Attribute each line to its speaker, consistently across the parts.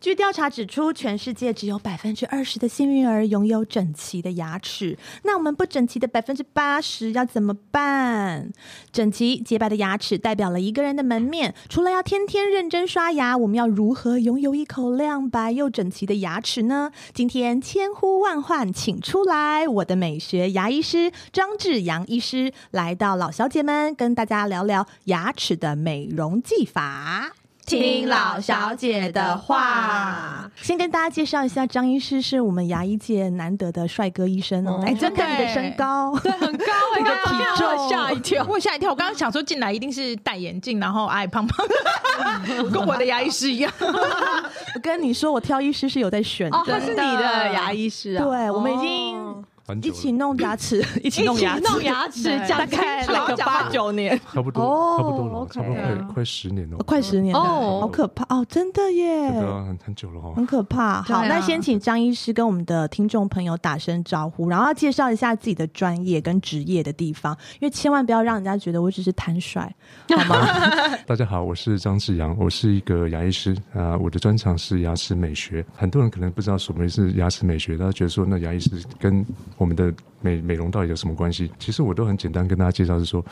Speaker 1: 据调查指出，全世界只有百分之二十的幸运儿拥有整齐的牙齿。那我们不整齐的百分之八十要怎么办？整齐洁白的牙齿代表了一个人的门面。除了要天天认真刷牙，我们要如何拥有一口亮白又整齐的牙齿呢？今天千呼万唤，请出来我的美学牙医师张志阳医师来到老小姐们，跟大家聊聊牙齿的美容技法。
Speaker 2: 听老小姐的话。
Speaker 1: 先跟大家介绍一下，张医师是我们牙医界难得的帅哥医生哦。
Speaker 3: 哦
Speaker 1: 哎，真的，你的身高，
Speaker 3: 对，很高哎、
Speaker 1: 对
Speaker 3: 欸，
Speaker 1: 啊
Speaker 3: 体
Speaker 1: 哦
Speaker 3: 重吓一跳，我吓一跳。我刚刚想说进来一定是戴眼镜，然后矮胖胖的， 跟我的牙医师一样。
Speaker 1: 我跟你说，我挑医哦师是有在选
Speaker 4: 哦
Speaker 1: 的。
Speaker 3: 他是你的牙医师
Speaker 1: 对，我们已
Speaker 3: 哦
Speaker 1: 经
Speaker 5: 很久
Speaker 1: 一
Speaker 5: 了
Speaker 1: 起弄牙齿， 一起弄牙齿，
Speaker 3: 弄牙齿
Speaker 1: 对
Speaker 3: 讲
Speaker 1: 大概
Speaker 3: 清楚
Speaker 1: 那个
Speaker 3: 讲
Speaker 1: 八
Speaker 3: 话
Speaker 1: 九年，
Speaker 5: 差不多，
Speaker 1: 哦
Speaker 5: 差不多了，
Speaker 1: OK
Speaker 5: 差不多
Speaker 3: 对啊
Speaker 5: 快快十年了
Speaker 1: 哦，快十年了，
Speaker 3: 哦
Speaker 1: 好可怕哦！真的耶，
Speaker 5: 对啊，很很久了哦
Speaker 1: 很。可怕。好，
Speaker 3: 对啊
Speaker 1: 那先请张医师跟我们的听众朋友打声招呼，然后要介绍一下自己的专业跟职业的地方，因为千万不要让人家觉得我只是贪帅，好吗？
Speaker 5: 大家好，我是张志阳，我是一个牙医师啊、我的专长是牙齿美学。很多人可能不知道什么是牙齿美学，大家觉得说那牙医师跟我们的美美容到底有什么关系？其实我都很简单跟大家介绍是说，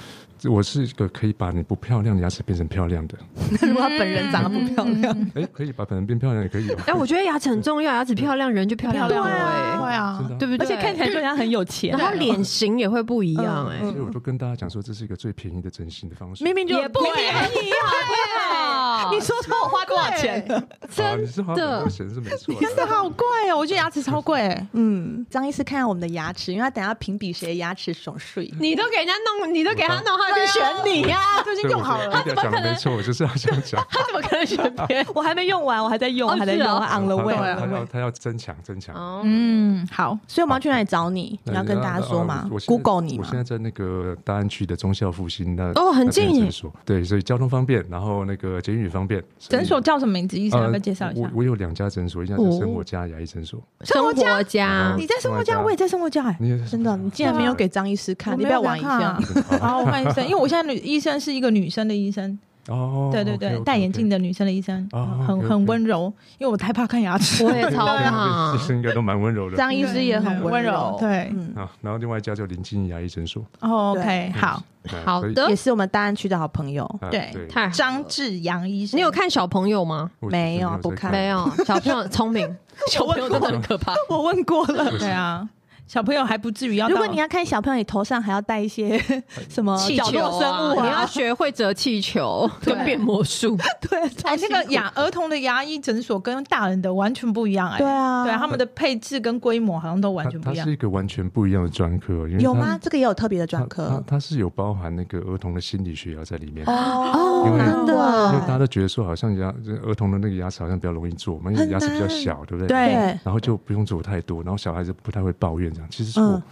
Speaker 5: 我是一个可以把你不漂亮的牙齿变成漂亮的，
Speaker 1: 如果他本人长得不漂亮，
Speaker 5: 哎，可以把本人变漂亮也可 以、哦。
Speaker 4: 哎，我觉得牙齿很重要，牙齿漂亮人就漂亮
Speaker 3: 对
Speaker 4: 多
Speaker 3: 啊，对
Speaker 4: 哎，
Speaker 5: 真
Speaker 3: 啊
Speaker 5: 的啊、
Speaker 4: 对不
Speaker 1: 而
Speaker 4: 对？
Speaker 1: 且看起来就人家很有钱
Speaker 4: 然。后脸型也会不一样哎。
Speaker 5: 所以我都跟大家讲说，这是一个最便宜的整形的方式。
Speaker 1: 明明就
Speaker 3: 也不
Speaker 1: 明明
Speaker 3: 便宜，
Speaker 4: 哎哦
Speaker 1: 你说说我花多少 钱的？
Speaker 5: 啊、你是花
Speaker 4: 真的
Speaker 5: 多钱是没错啊的，
Speaker 3: 真的好贵哦！我觉得牙齿超贵、
Speaker 1: 嗯，张医师看看我们的牙齿，因为他等一下评比谁的牙齿爽 碎。
Speaker 4: 你都给人家弄，你都给他弄，他就选你呀？
Speaker 3: 呀，最近
Speaker 5: 对
Speaker 3: 啊用好了，
Speaker 5: 我觉得 Lydia 讲的没错，我就是要这样讲。
Speaker 4: 他怎么可能选别人？
Speaker 1: 我还没用完，我还在用，
Speaker 4: 哦
Speaker 1: 我还在用啊
Speaker 4: 是哦
Speaker 1: 我，on the
Speaker 5: 他
Speaker 1: way，
Speaker 5: 他
Speaker 1: on
Speaker 5: 他
Speaker 1: the
Speaker 5: 要
Speaker 1: way。
Speaker 5: 他要增强增强。
Speaker 4: 哦，
Speaker 3: 嗯，好，
Speaker 1: 所以我们要去哪里啊找你？你要跟大家说吗
Speaker 5: 呃我我现在
Speaker 1: ？Google 你
Speaker 5: 我
Speaker 1: 吗
Speaker 5: 现？在在那个大安区的中校复兴那
Speaker 4: 哦很近耶
Speaker 5: 那边诊所，对，啊所以交通方便，然后那个捷运也方便。所以
Speaker 3: 诊所叫什么名字？医生要不要介绍一下
Speaker 5: 呃？我我有两家诊所，一家是生活家牙医诊所，
Speaker 4: 生
Speaker 3: 活
Speaker 4: 活家
Speaker 1: 你在生活家，我也在生活家，哎
Speaker 5: 你也是
Speaker 1: 真的，你竟然没有给张医师看，你不要玩一下。
Speaker 3: 然后换医生，因为哦我现在女医生是一个女生的医生，
Speaker 5: 哦，
Speaker 3: 对对对，戴眼镜
Speaker 5: 的。
Speaker 3: 的女生的医生，
Speaker 5: 哦
Speaker 3: 很
Speaker 5: OK，OK
Speaker 3: 很温柔，因为我太怕看牙齿。
Speaker 4: 我也超
Speaker 5: 啊，
Speaker 4: 怕
Speaker 5: 医。生应该都蛮温柔的
Speaker 1: 张医师也很温柔，
Speaker 3: 对
Speaker 1: 嗯，
Speaker 5: 啊。然后另外一家叫林静怡牙医诊所，
Speaker 3: 哦
Speaker 1: 对
Speaker 3: ，OK，好，
Speaker 5: 哎
Speaker 4: 好，
Speaker 5: 所以
Speaker 4: 的
Speaker 1: 也，是我们大安区的好朋友。
Speaker 5: 啊
Speaker 3: 对
Speaker 5: 对，
Speaker 4: 太好了
Speaker 3: 张志阳医生，
Speaker 4: 你有看小朋友吗？
Speaker 5: 我其实
Speaker 1: 没有
Speaker 5: 有
Speaker 1: 不
Speaker 5: 在
Speaker 1: 看
Speaker 4: 没有，小朋友聪明，小朋友真的很可怕。
Speaker 1: 我问过了，
Speaker 3: 对啊，小朋友还不至于要到。
Speaker 1: 如果你要看小朋友，你头上还要戴一些 什么
Speaker 4: 气
Speaker 1: 角
Speaker 4: 球
Speaker 1: 落生物
Speaker 4: 啊，你要
Speaker 1: 啊？
Speaker 4: 学会折气球跟变魔术。
Speaker 1: 对，啊
Speaker 3: 哎，
Speaker 1: 超
Speaker 3: 那
Speaker 1: 辛苦
Speaker 3: 个牙儿童的牙医诊所跟大人的完全不一样哎。
Speaker 1: 对啊
Speaker 3: 对他们的配置跟规模好像都完全
Speaker 5: 它
Speaker 3: 不一
Speaker 5: 它
Speaker 3: 样
Speaker 5: 是。一个完全不一样的专科，哦因为它
Speaker 1: 有吗？这个也有特别的
Speaker 5: 它
Speaker 1: 专
Speaker 5: 它
Speaker 1: 科
Speaker 5: 它是有包含那个儿童的心理学要在里面。
Speaker 1: 哦
Speaker 5: 因为
Speaker 1: 真
Speaker 5: 因为大家
Speaker 1: 的，
Speaker 5: 都觉得说，好像牙这儿童的那个牙齿好像比较容易做嘛，因为
Speaker 1: 很
Speaker 5: 牙齿比较
Speaker 1: 难
Speaker 5: 小，对不对？
Speaker 1: 对
Speaker 5: 然后就不用做太多，然后小孩子不太会抱怨这样。其实做、
Speaker 1: 嗯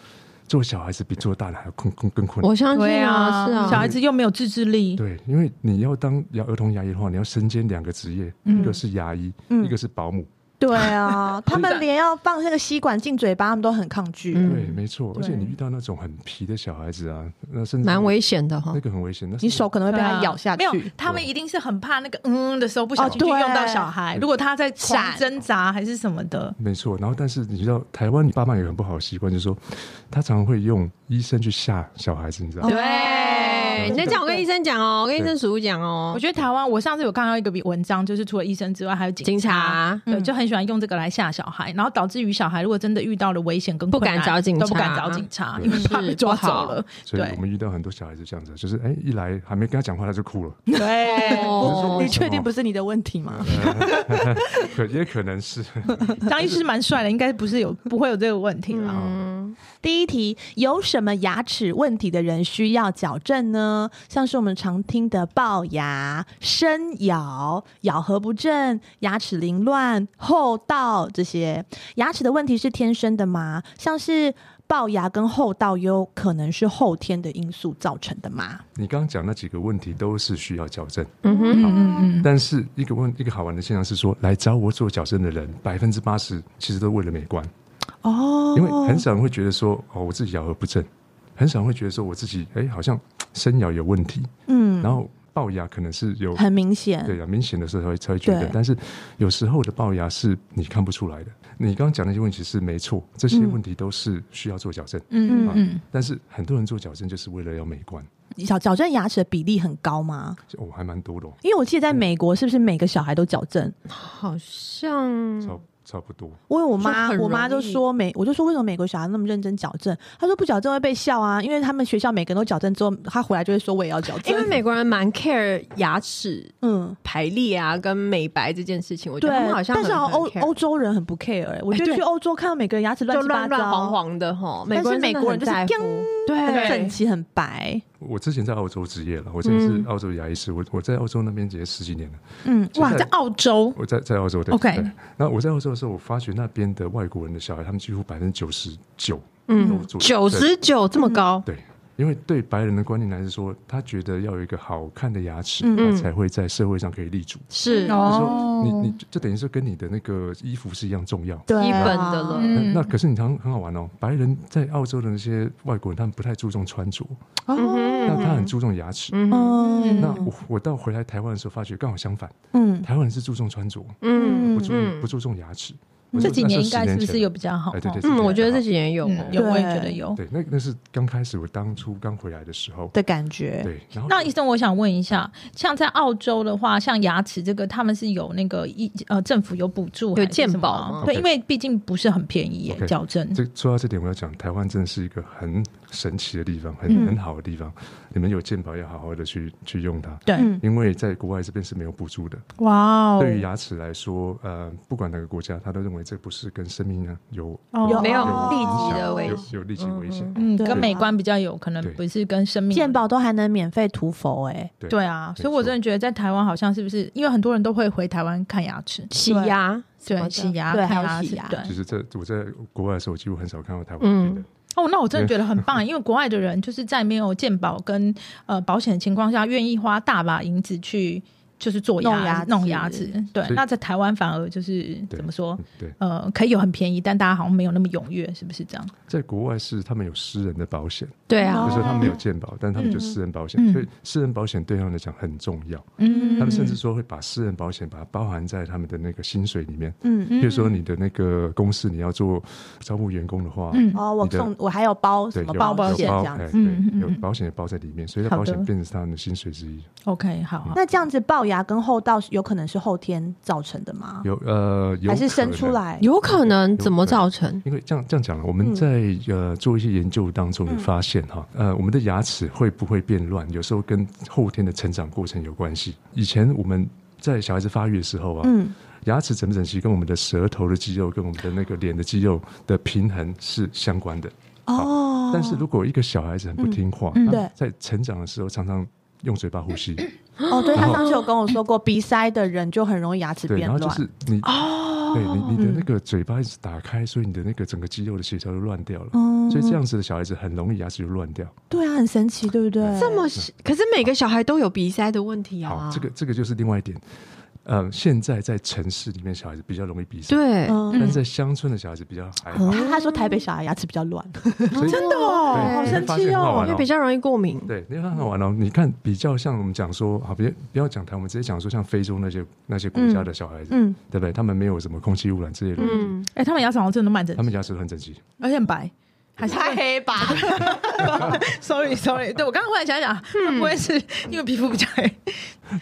Speaker 5: 做小孩子比做大人还要更更更困难。
Speaker 4: 我相信啊，是
Speaker 3: 小
Speaker 4: 啊，
Speaker 3: 孩子又没有自制力，
Speaker 5: 对，因为你要当牙儿童牙医的话，你要身兼两个职业，一个是牙医，
Speaker 1: 嗯
Speaker 5: 一个是保姆。
Speaker 1: 对 啊，他们连要放那个吸管进嘴巴，他们都很抗拒。
Speaker 4: 嗯
Speaker 5: 对，没错。而且
Speaker 3: 对
Speaker 5: 你遇到那种很皮的小孩子啊，那甚至
Speaker 4: 蛮危险的哈
Speaker 5: 那。个很危险。那
Speaker 1: 你
Speaker 5: 是
Speaker 1: 手可能会被
Speaker 3: 对
Speaker 1: 它
Speaker 3: 啊
Speaker 1: 咬下
Speaker 3: 没有
Speaker 1: 去。，
Speaker 3: 他们一定是很怕那个嗯的时候不小心
Speaker 1: 哦
Speaker 3: 就
Speaker 1: 对
Speaker 3: 用到小孩。如果他在
Speaker 1: 闪
Speaker 3: 闪挣扎还是什么的，
Speaker 5: 没错，然后但是你知道，台湾爸妈有很不好的习惯，就是说他常常会用医生去吓小孩子，你
Speaker 4: 哦
Speaker 5: 知道吗？
Speaker 4: 对，你在讲，我跟医生讲哦，我跟医生叔叔讲哦
Speaker 3: 我。觉得台湾，我上次有看到一个比文章，就是除了医生之外，还有警
Speaker 4: 警察
Speaker 3: 对，就很喜欢用这个来吓小孩，然后导致于小孩如果真的遇到了危险跟困难
Speaker 4: 不敢找警察嗯
Speaker 3: 都不敢找警察，
Speaker 5: 对
Speaker 3: 因为怕被抓
Speaker 4: 是不
Speaker 3: 走
Speaker 4: 好
Speaker 3: 了。
Speaker 5: 所以
Speaker 3: 对
Speaker 5: 我们遇到很多小孩子这样子，就是哎，一来还没跟他讲话他就哭了，
Speaker 3: 对，
Speaker 4: 哦
Speaker 1: 你确定不是你的问题吗？
Speaker 5: 呃可也可能是
Speaker 3: 张医师蛮帅的，应该不是有不会有这个问题啦。
Speaker 4: 嗯，
Speaker 1: 第一题，有什么牙齿问题的人需要矫正呢？像是我们常听的龅牙、深咬、咬合不正、牙齿凌乱、后倒这些。牙齿的问题是天生的吗？像是龅牙跟后倒有可能是后天的因素造成的吗？
Speaker 5: 你刚刚讲那几个问题都是需要矫正，
Speaker 4: 嗯哼，
Speaker 3: 嗯嗯
Speaker 5: 但是一个问一个好玩的现象是说，来找我做矫正的人百分之八十其实都为了美观，
Speaker 1: 哦
Speaker 5: 因为很少人会觉得说哦我自己咬合不正，很少人会觉得说我自己哎好像深咬有问题，
Speaker 1: 嗯
Speaker 5: 然后。龅牙可能是有
Speaker 1: 很明显。
Speaker 5: 对啊，明显的时候才会才会觉得
Speaker 1: 对，
Speaker 5: 但是有时候的龅牙是你看不出来的。你刚刚讲那些问题是没错，
Speaker 4: 嗯
Speaker 5: 这些问题都是需要做矫正，
Speaker 3: 嗯嗯
Speaker 5: 但是很多人做矫正就是为了要美观，
Speaker 1: 矫矫正牙齿的比例很高吗？
Speaker 5: 哦，还蛮多的、哦，
Speaker 1: 因为我记得在美国，是不是每个小孩都矫正？
Speaker 4: 好像
Speaker 5: 差差不多。
Speaker 1: 我有我
Speaker 4: 就
Speaker 1: 妈
Speaker 4: 很，容易
Speaker 1: 我妈就说美，我就说为什么美国小孩那么认真矫正？她说不矫正会被笑啊，因为他们学校每个人都矫正之后，她回来就会说我也要矫正。
Speaker 4: 因为美国人蛮 care 牙齿
Speaker 1: 嗯，
Speaker 4: 排列啊跟美白这件事情，我觉
Speaker 1: 对
Speaker 4: 得他们好，像
Speaker 1: 但是
Speaker 4: 很
Speaker 1: 好像欧
Speaker 4: care
Speaker 1: 欧洲人很不 care，、欸、我觉得
Speaker 4: 哎对
Speaker 1: 去欧洲看到每个人牙齿乱
Speaker 4: 就
Speaker 1: 七八
Speaker 4: 乱
Speaker 1: 糟，
Speaker 4: 乱黄黄的哈，美国人
Speaker 1: 但是美国人就是
Speaker 4: 真的很在乎
Speaker 1: 很
Speaker 4: 对
Speaker 1: 整齐很白，
Speaker 5: 我之前在澳洲职业了，我之前是
Speaker 4: 嗯
Speaker 5: 澳洲牙医师，我我在澳洲那边也十几年了。
Speaker 1: 嗯，
Speaker 5: 就
Speaker 3: 哇，
Speaker 5: 在
Speaker 3: 在澳洲，
Speaker 5: 我在在澳洲对
Speaker 3: OK
Speaker 5: 对那我在澳洲的时候，我发觉那边的外国人的小孩，他们几乎百分之九十九都
Speaker 4: 嗯，
Speaker 5: 做
Speaker 4: 九
Speaker 5: 对
Speaker 4: 十九这么高，
Speaker 1: 嗯
Speaker 5: 对，因为对白人的观念来说，他觉得要有一个好看的牙齿，
Speaker 1: 嗯
Speaker 5: 他才会在社会上可以立足。
Speaker 4: 是
Speaker 3: 哦
Speaker 5: 就说你你就等于是跟你的那个衣服是一样重要。
Speaker 1: 对啊
Speaker 4: 基本的了
Speaker 5: 那
Speaker 3: 嗯
Speaker 5: 那可是你常很好玩哦，白人在澳洲的那些外国人，他们不太注重穿着，
Speaker 4: 嗯
Speaker 5: 但
Speaker 4: 哼
Speaker 5: 他很注重牙齿。
Speaker 4: 嗯哼
Speaker 1: 哦嗯，
Speaker 5: 那我我到回来台湾的时候，发觉刚好相反，
Speaker 1: 嗯
Speaker 5: 台湾人是注重穿着，
Speaker 4: 嗯
Speaker 5: 不注
Speaker 4: 嗯
Speaker 5: 不注重牙齿。我
Speaker 3: 这
Speaker 5: 就
Speaker 3: 几
Speaker 5: 那
Speaker 3: 年
Speaker 5: 时候
Speaker 3: 应该是
Speaker 5: 10
Speaker 3: 不
Speaker 5: 前
Speaker 3: 是有比较好？
Speaker 5: 哎对对
Speaker 3: 哦
Speaker 4: 嗯，我觉得这几年有哦
Speaker 3: 嗯有，我也觉得
Speaker 1: 对
Speaker 3: 有。
Speaker 5: 对，那那是刚开始我当初刚回来的时候，
Speaker 1: 的感觉，
Speaker 5: 对，然后
Speaker 3: 那医生，我想问一下，像在澳洲的话，像牙齿这个，他们是有那个医呃政府有补助还是
Speaker 4: 健
Speaker 3: 什么
Speaker 4: 保吗
Speaker 3: 对，
Speaker 5: OK
Speaker 3: 因为毕竟不是很便宜耶，
Speaker 5: OK
Speaker 3: 矫正。
Speaker 5: 这说到这点，我要讲台湾真的是一个很神奇的地方，很、
Speaker 1: 嗯
Speaker 5: 很好的地方。你们有健保要好好的去去用它，
Speaker 3: 对，
Speaker 1: 嗯
Speaker 5: 因为在国外这边是没有补助的。
Speaker 3: 哇哦
Speaker 5: 对于牙齿来说，呃，不管哪个国家，他都认为这不是跟生命呢有
Speaker 1: 有
Speaker 4: 没有
Speaker 1: 哦
Speaker 4: 立即
Speaker 5: 有
Speaker 4: 的危
Speaker 5: 有
Speaker 4: 险，
Speaker 5: 有立即危险。
Speaker 3: 嗯，
Speaker 1: 对
Speaker 3: 跟美观比较有可能
Speaker 5: 对
Speaker 3: 不是跟生命
Speaker 1: 健。保都还能免费涂氟，哎，
Speaker 5: 对
Speaker 3: 对啊，
Speaker 5: 没
Speaker 3: 所以我
Speaker 5: 错
Speaker 3: 真的觉得在台湾好像是不是，因为很多人都会回台湾看牙齿，
Speaker 4: 洗牙什
Speaker 3: 对，
Speaker 4: 么的
Speaker 3: 洗牙、
Speaker 1: 对还
Speaker 3: 看
Speaker 1: 有
Speaker 3: 牙
Speaker 1: 洗
Speaker 3: 齿
Speaker 1: 牙，
Speaker 3: 对。
Speaker 5: 其实在我在国外的时候，几乎很少看到台湾人的。
Speaker 3: 哦，那我真的觉得很棒，因为国外的人就是在没有健保跟呃保险的情况下，愿意花大把银子去就是做
Speaker 1: 弄牙
Speaker 3: 牙、
Speaker 1: 齿
Speaker 3: 弄牙齿。对
Speaker 5: 所以，
Speaker 3: 那在台湾反而就是
Speaker 5: 对
Speaker 3: 怎么说
Speaker 5: 嗯？对，
Speaker 3: 呃，可以有很便宜，但大家好像没有那么踊跃，是不是这样？
Speaker 5: 在国外是他们有私人的保险，
Speaker 4: 对
Speaker 5: 就
Speaker 4: 啊
Speaker 1: 哦
Speaker 5: 是，说他们没有健保，但他们就私人保险，
Speaker 3: 嗯
Speaker 5: 所以私人保险对他们来讲很重要。
Speaker 3: 嗯
Speaker 5: 他们甚至说会把私人保险把它包含在他们的那个薪水里面。
Speaker 1: 嗯，
Speaker 5: 比如说你的那个公司你要做招募员工的话，
Speaker 3: 嗯
Speaker 1: 哦，我
Speaker 5: 你的
Speaker 1: 送我还有包什
Speaker 5: 对，
Speaker 1: 么
Speaker 5: 有
Speaker 3: 包
Speaker 5: 有
Speaker 1: 险
Speaker 5: 包
Speaker 1: 这样
Speaker 5: 哎
Speaker 1: 子。
Speaker 5: 对
Speaker 3: 嗯嗯
Speaker 5: 有
Speaker 3: 嗯
Speaker 5: 保险也包在里面，所以它
Speaker 3: 好
Speaker 5: 保险
Speaker 3: 的
Speaker 5: 变成是他们的薪水之一。
Speaker 1: 哦
Speaker 3: OK，好
Speaker 5: 嗯
Speaker 3: 好。
Speaker 1: 那这样子龅牙跟后道有可能是后天造成的吗？
Speaker 5: 有呃，有
Speaker 1: 还是
Speaker 5: 可
Speaker 1: 生出
Speaker 5: 能。
Speaker 1: 来？
Speaker 4: 有可能怎么造成？
Speaker 5: 因为这样这样讲了，啊我们
Speaker 1: 嗯
Speaker 5: 在、呃做一些研究当中，
Speaker 1: 嗯
Speaker 5: 也发现哈，呃，我们的牙齿会不会变乱，有时候跟后天的成长过程有关系。以前我们在小孩子发育的时候啊，
Speaker 1: 嗯，
Speaker 5: 牙齿整不整齐跟我们的舌头的肌肉跟我们的那个脸的肌肉的平衡是相关的。
Speaker 1: 哦，
Speaker 5: 但是如果一个小孩子很不听话，
Speaker 3: 嗯嗯
Speaker 5: 他在成长的时候常常用嘴巴呼 吸，
Speaker 1: 哦，对他
Speaker 5: 然后
Speaker 1: 上次有跟我说过，鼻塞的人就很容易牙齿
Speaker 5: 对，
Speaker 1: 变
Speaker 5: 然后就
Speaker 1: 乱。哦
Speaker 5: 是你，对你你的
Speaker 1: 嗯
Speaker 5: 那个嘴巴一直打开，所以你的那个整个肌肉的协调就乱掉了。
Speaker 1: 嗯
Speaker 5: 所以这样子的小孩子很容易牙齿就乱掉。
Speaker 1: 对啊，很神奇，对不对？
Speaker 4: 这么小可是每个小孩都有鼻塞的问
Speaker 1: 哦
Speaker 4: 题
Speaker 5: 嗯好
Speaker 4: 啊，，
Speaker 5: 这个这个就是另外一点。呃，现在在城市里面小孩子比较容易鼻塞，
Speaker 4: 对，
Speaker 5: 但
Speaker 1: 嗯，
Speaker 5: 是在乡村的小孩子比较还好。
Speaker 1: 他他说台北小孩牙齿比较 乱，
Speaker 5: 所以
Speaker 4: 真的哦
Speaker 5: 对
Speaker 4: 好
Speaker 5: 你会
Speaker 1: 神
Speaker 5: 发
Speaker 1: 奇
Speaker 5: 现很好
Speaker 1: 哦
Speaker 5: 玩
Speaker 4: 因为比较容易过
Speaker 1: 嗯
Speaker 4: 敏，
Speaker 5: 对，你看很好玩哦。你看，比较像我们讲说，好，别不要讲台湾，我们直接讲说，像非洲那些那些国家的小孩子，
Speaker 1: 嗯，
Speaker 5: 对不对？他们没有什么空气污染之类的问题，
Speaker 4: 嗯，
Speaker 3: 哎、他们牙齿好像真的蛮整
Speaker 5: 他
Speaker 3: 齐，
Speaker 5: 们牙齿都很整齐。
Speaker 3: 而且很白。还是
Speaker 2: 太黑吧？
Speaker 3: sorry sorry，对我刚刚忽然想想，会不会是因为皮肤比较黑？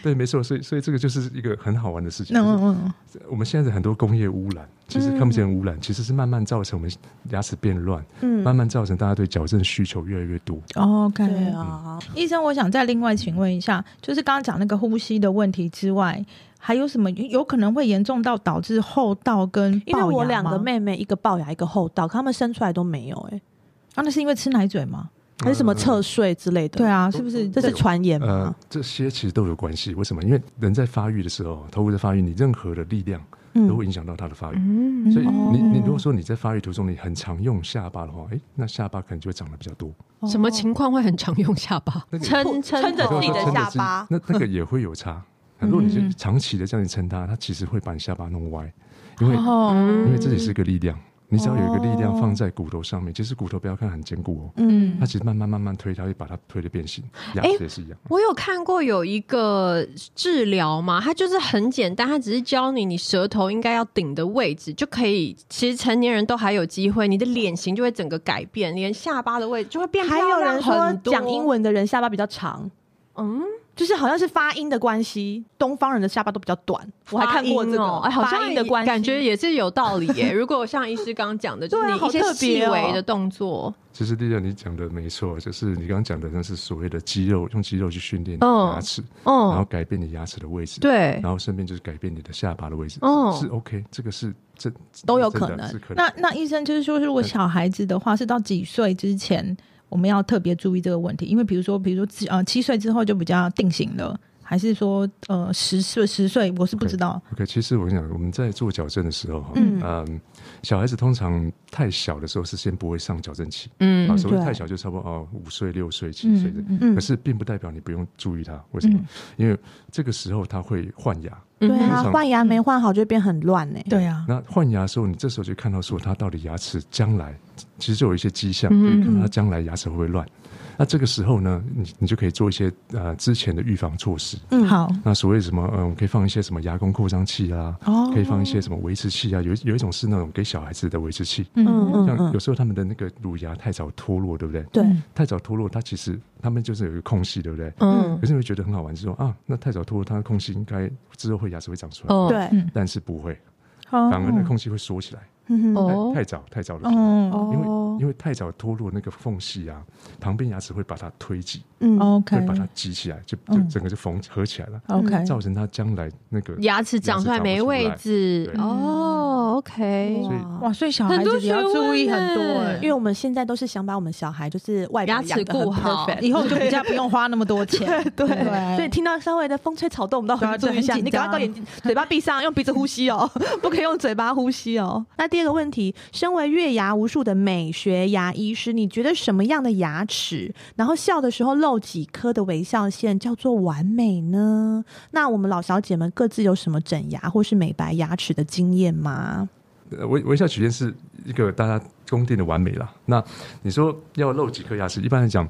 Speaker 5: 对，没错。所以，所以这个就是一个很好玩的事 情。
Speaker 3: 嗯嗯
Speaker 5: 就是我们现在的很多工业污染，其实看不见污染，其实是慢慢造成我们牙齿变乱，
Speaker 1: 嗯
Speaker 5: 慢慢造成大家对矫正需求越来越多。
Speaker 3: 嗯，OK，
Speaker 1: 对啊，
Speaker 3: 医生，我想再另外请问一下，就是刚刚讲那个呼吸的问题之外，还有什么有可能会严重到导致后道跟
Speaker 1: 因为
Speaker 3: 龅牙
Speaker 1: 我两个
Speaker 3: 吗
Speaker 1: 妹妹，一个龅牙，一个后道，他们生出来都没有，哎，
Speaker 3: 啊，那是因为吃奶嘴吗？
Speaker 1: 还是什么
Speaker 5: 嗯
Speaker 1: 侧睡之类的？
Speaker 3: 对，啊，是不是？
Speaker 1: 这是传言
Speaker 5: 呃
Speaker 1: 吗？，
Speaker 5: 这些其实都有关系。为什么？因为人在发育的时候，头部在发育，你任何的力量
Speaker 1: 嗯
Speaker 5: 都会影响到它的发育。
Speaker 4: 嗯，
Speaker 5: 所以你你
Speaker 1: 哦
Speaker 5: 如果说你在发育途中你很常用下巴的话，哎，那下巴可能就会长得比较多。
Speaker 4: 什么情况会很常用下巴？
Speaker 1: 哦
Speaker 5: 那个
Speaker 4: 撑
Speaker 1: 呃撑着自己的
Speaker 5: 真
Speaker 1: 下
Speaker 5: 是
Speaker 1: 巴嗯
Speaker 5: 那那个也会有差。如果你是长期的这样去撑它，它其实会把你下巴弄歪，因为
Speaker 3: 哦，
Speaker 5: 因为这里是一个力量，你只要有一个力量放在骨头上面，其实骨头不要看很坚固哦，
Speaker 1: 嗯
Speaker 5: 它其实慢慢慢慢推，它会把它推的变形。牙
Speaker 4: 哎
Speaker 5: 齿也是一样。
Speaker 4: 我有看过有一个治疗嘛，它就是很简单，它只是教你你舌头应该要顶的位置就可以。其实成年人都还有机会，你的脸型就会整个改变，连下巴的位置就会变漂
Speaker 1: 还
Speaker 4: 亮
Speaker 1: 有人说
Speaker 4: 很多
Speaker 1: 讲英，文的人下巴比较长，
Speaker 4: 嗯，
Speaker 1: 就是好像是发音的关系，东方人的下巴都比较短。我还看过这
Speaker 4: 发
Speaker 1: 个，
Speaker 4: 音哦哎，好
Speaker 1: 发
Speaker 4: 像
Speaker 1: 音的关系，
Speaker 4: 感觉也是有道理耶。如果像医师刚刚讲的，就是
Speaker 1: 对啊
Speaker 4: 你一些
Speaker 1: 好特
Speaker 4: 细
Speaker 1: 别哦
Speaker 4: 微的动作，
Speaker 5: 其实丽乐你讲的没错，就是你刚刚讲的那是所谓的肌肉，用肌肉去训练你
Speaker 4: 嗯
Speaker 1: 哦
Speaker 5: 的牙齿，然后
Speaker 4: 嗯，
Speaker 5: 改变你牙齿的位置，，
Speaker 4: 对，
Speaker 5: 然后顺便就是改变你的下巴的位置，
Speaker 4: 哦
Speaker 5: 是 OK，这个是这
Speaker 1: 都有
Speaker 5: 真的
Speaker 1: 可能
Speaker 5: 是可能。
Speaker 3: 那那医生就是说，如果小孩子的话，是到几岁之前，我们要特别注意这个问题，因为比如说，比如说呃七岁之后就比较定型了，还是说呃十岁十岁，我是不知道。
Speaker 5: OK，其实我跟你讲，我们在做矫正的时候哈，
Speaker 1: 嗯
Speaker 5: 嗯小孩子通常太小的时候是先不会上矫正器，
Speaker 4: 嗯
Speaker 5: 啊，所谓
Speaker 1: 对
Speaker 5: 太小就差不多哦五岁、六岁、七岁的
Speaker 3: 嗯，嗯，
Speaker 1: 嗯
Speaker 5: 可是并不代表你不用注意它，为什么？因为这个时候他会换牙，
Speaker 4: 嗯
Speaker 1: 对啊，
Speaker 5: 常
Speaker 1: 换牙没换好就会变很乱呢、
Speaker 3: 对啊，
Speaker 5: 那换牙的时候，你这时候就看到说他到底牙齿将来其实就有一些迹象，
Speaker 4: 嗯
Speaker 5: 就看到他将来牙齿会不会乱。那这个时候呢，你你就可以做一些呃之前的预防措施。
Speaker 1: 嗯，
Speaker 3: 好
Speaker 5: 那所谓什么，呃，我们可以放一些什么牙弓扩张器啊，
Speaker 3: 哦
Speaker 5: 可以放一些什么维持器啊，有一有一种是那种给小孩子的维持器，
Speaker 1: 嗯
Speaker 3: 嗯
Speaker 1: 嗯
Speaker 5: 像有时候他们的那个乳牙太早脱落，对不对？
Speaker 1: 对，
Speaker 5: 太早脱落，它其实他们就是有一个空隙，对不对？
Speaker 4: 嗯
Speaker 5: 可是你会觉得很好玩，是说啊，那太早脱落，它的空隙应该之后会牙齿会长出来，
Speaker 3: 哦
Speaker 4: 嗯，
Speaker 1: 对，
Speaker 5: 但是不会，
Speaker 3: 好
Speaker 5: 反而那空隙会缩起来。
Speaker 1: 嗯哼
Speaker 4: 哦
Speaker 5: 太太早太早的时候，
Speaker 3: 哦
Speaker 5: 因
Speaker 1: 哦
Speaker 5: 为因为太早脱落那个缝隙啊，旁边牙齿会把它推挤，
Speaker 1: 嗯
Speaker 4: 哦
Speaker 5: 会
Speaker 3: ，OK
Speaker 5: 把它挤起来，就就
Speaker 3: 嗯哎
Speaker 5: 整个就缝合起来了，
Speaker 3: OK，
Speaker 5: 造成它将来那个。
Speaker 4: 牙齿长出来没位置
Speaker 5: 牙齿长不出来对
Speaker 4: 哦，OK，
Speaker 5: 所以
Speaker 1: 哇
Speaker 3: 哇，所以小孩
Speaker 4: 很多
Speaker 3: 子也要
Speaker 4: 学
Speaker 3: 注意
Speaker 4: 问
Speaker 3: 很多
Speaker 4: 呢
Speaker 3: 哎
Speaker 1: 因为我们现在都是想把我们小孩就是外表
Speaker 4: 牙齿
Speaker 1: 养得很
Speaker 4: 顾好
Speaker 1: perfect
Speaker 3: 以后就比较不用花那么多钱。
Speaker 1: 欸对
Speaker 3: 对
Speaker 1: 所以听到稍微的风吹草动，我们都
Speaker 3: 对啊
Speaker 1: 很注意一下。
Speaker 3: 对很
Speaker 1: 你
Speaker 3: 紧
Speaker 1: 赶
Speaker 3: 张
Speaker 1: 快把眼睛、嘴巴闭上，用鼻子呼吸哦， 不可以用嘴巴呼吸哦。那第二个问题，身为月牙无数的美学牙医师，你觉得什么样的牙齿，然后笑的时候露几颗的微笑线叫做完美呢？那我们老小姐们各自有什么整牙或是美白牙齿的经验吗？
Speaker 5: 呃微微笑曲线是一个大家公定的完美啦。那你说要露几颗牙齿？一般来讲，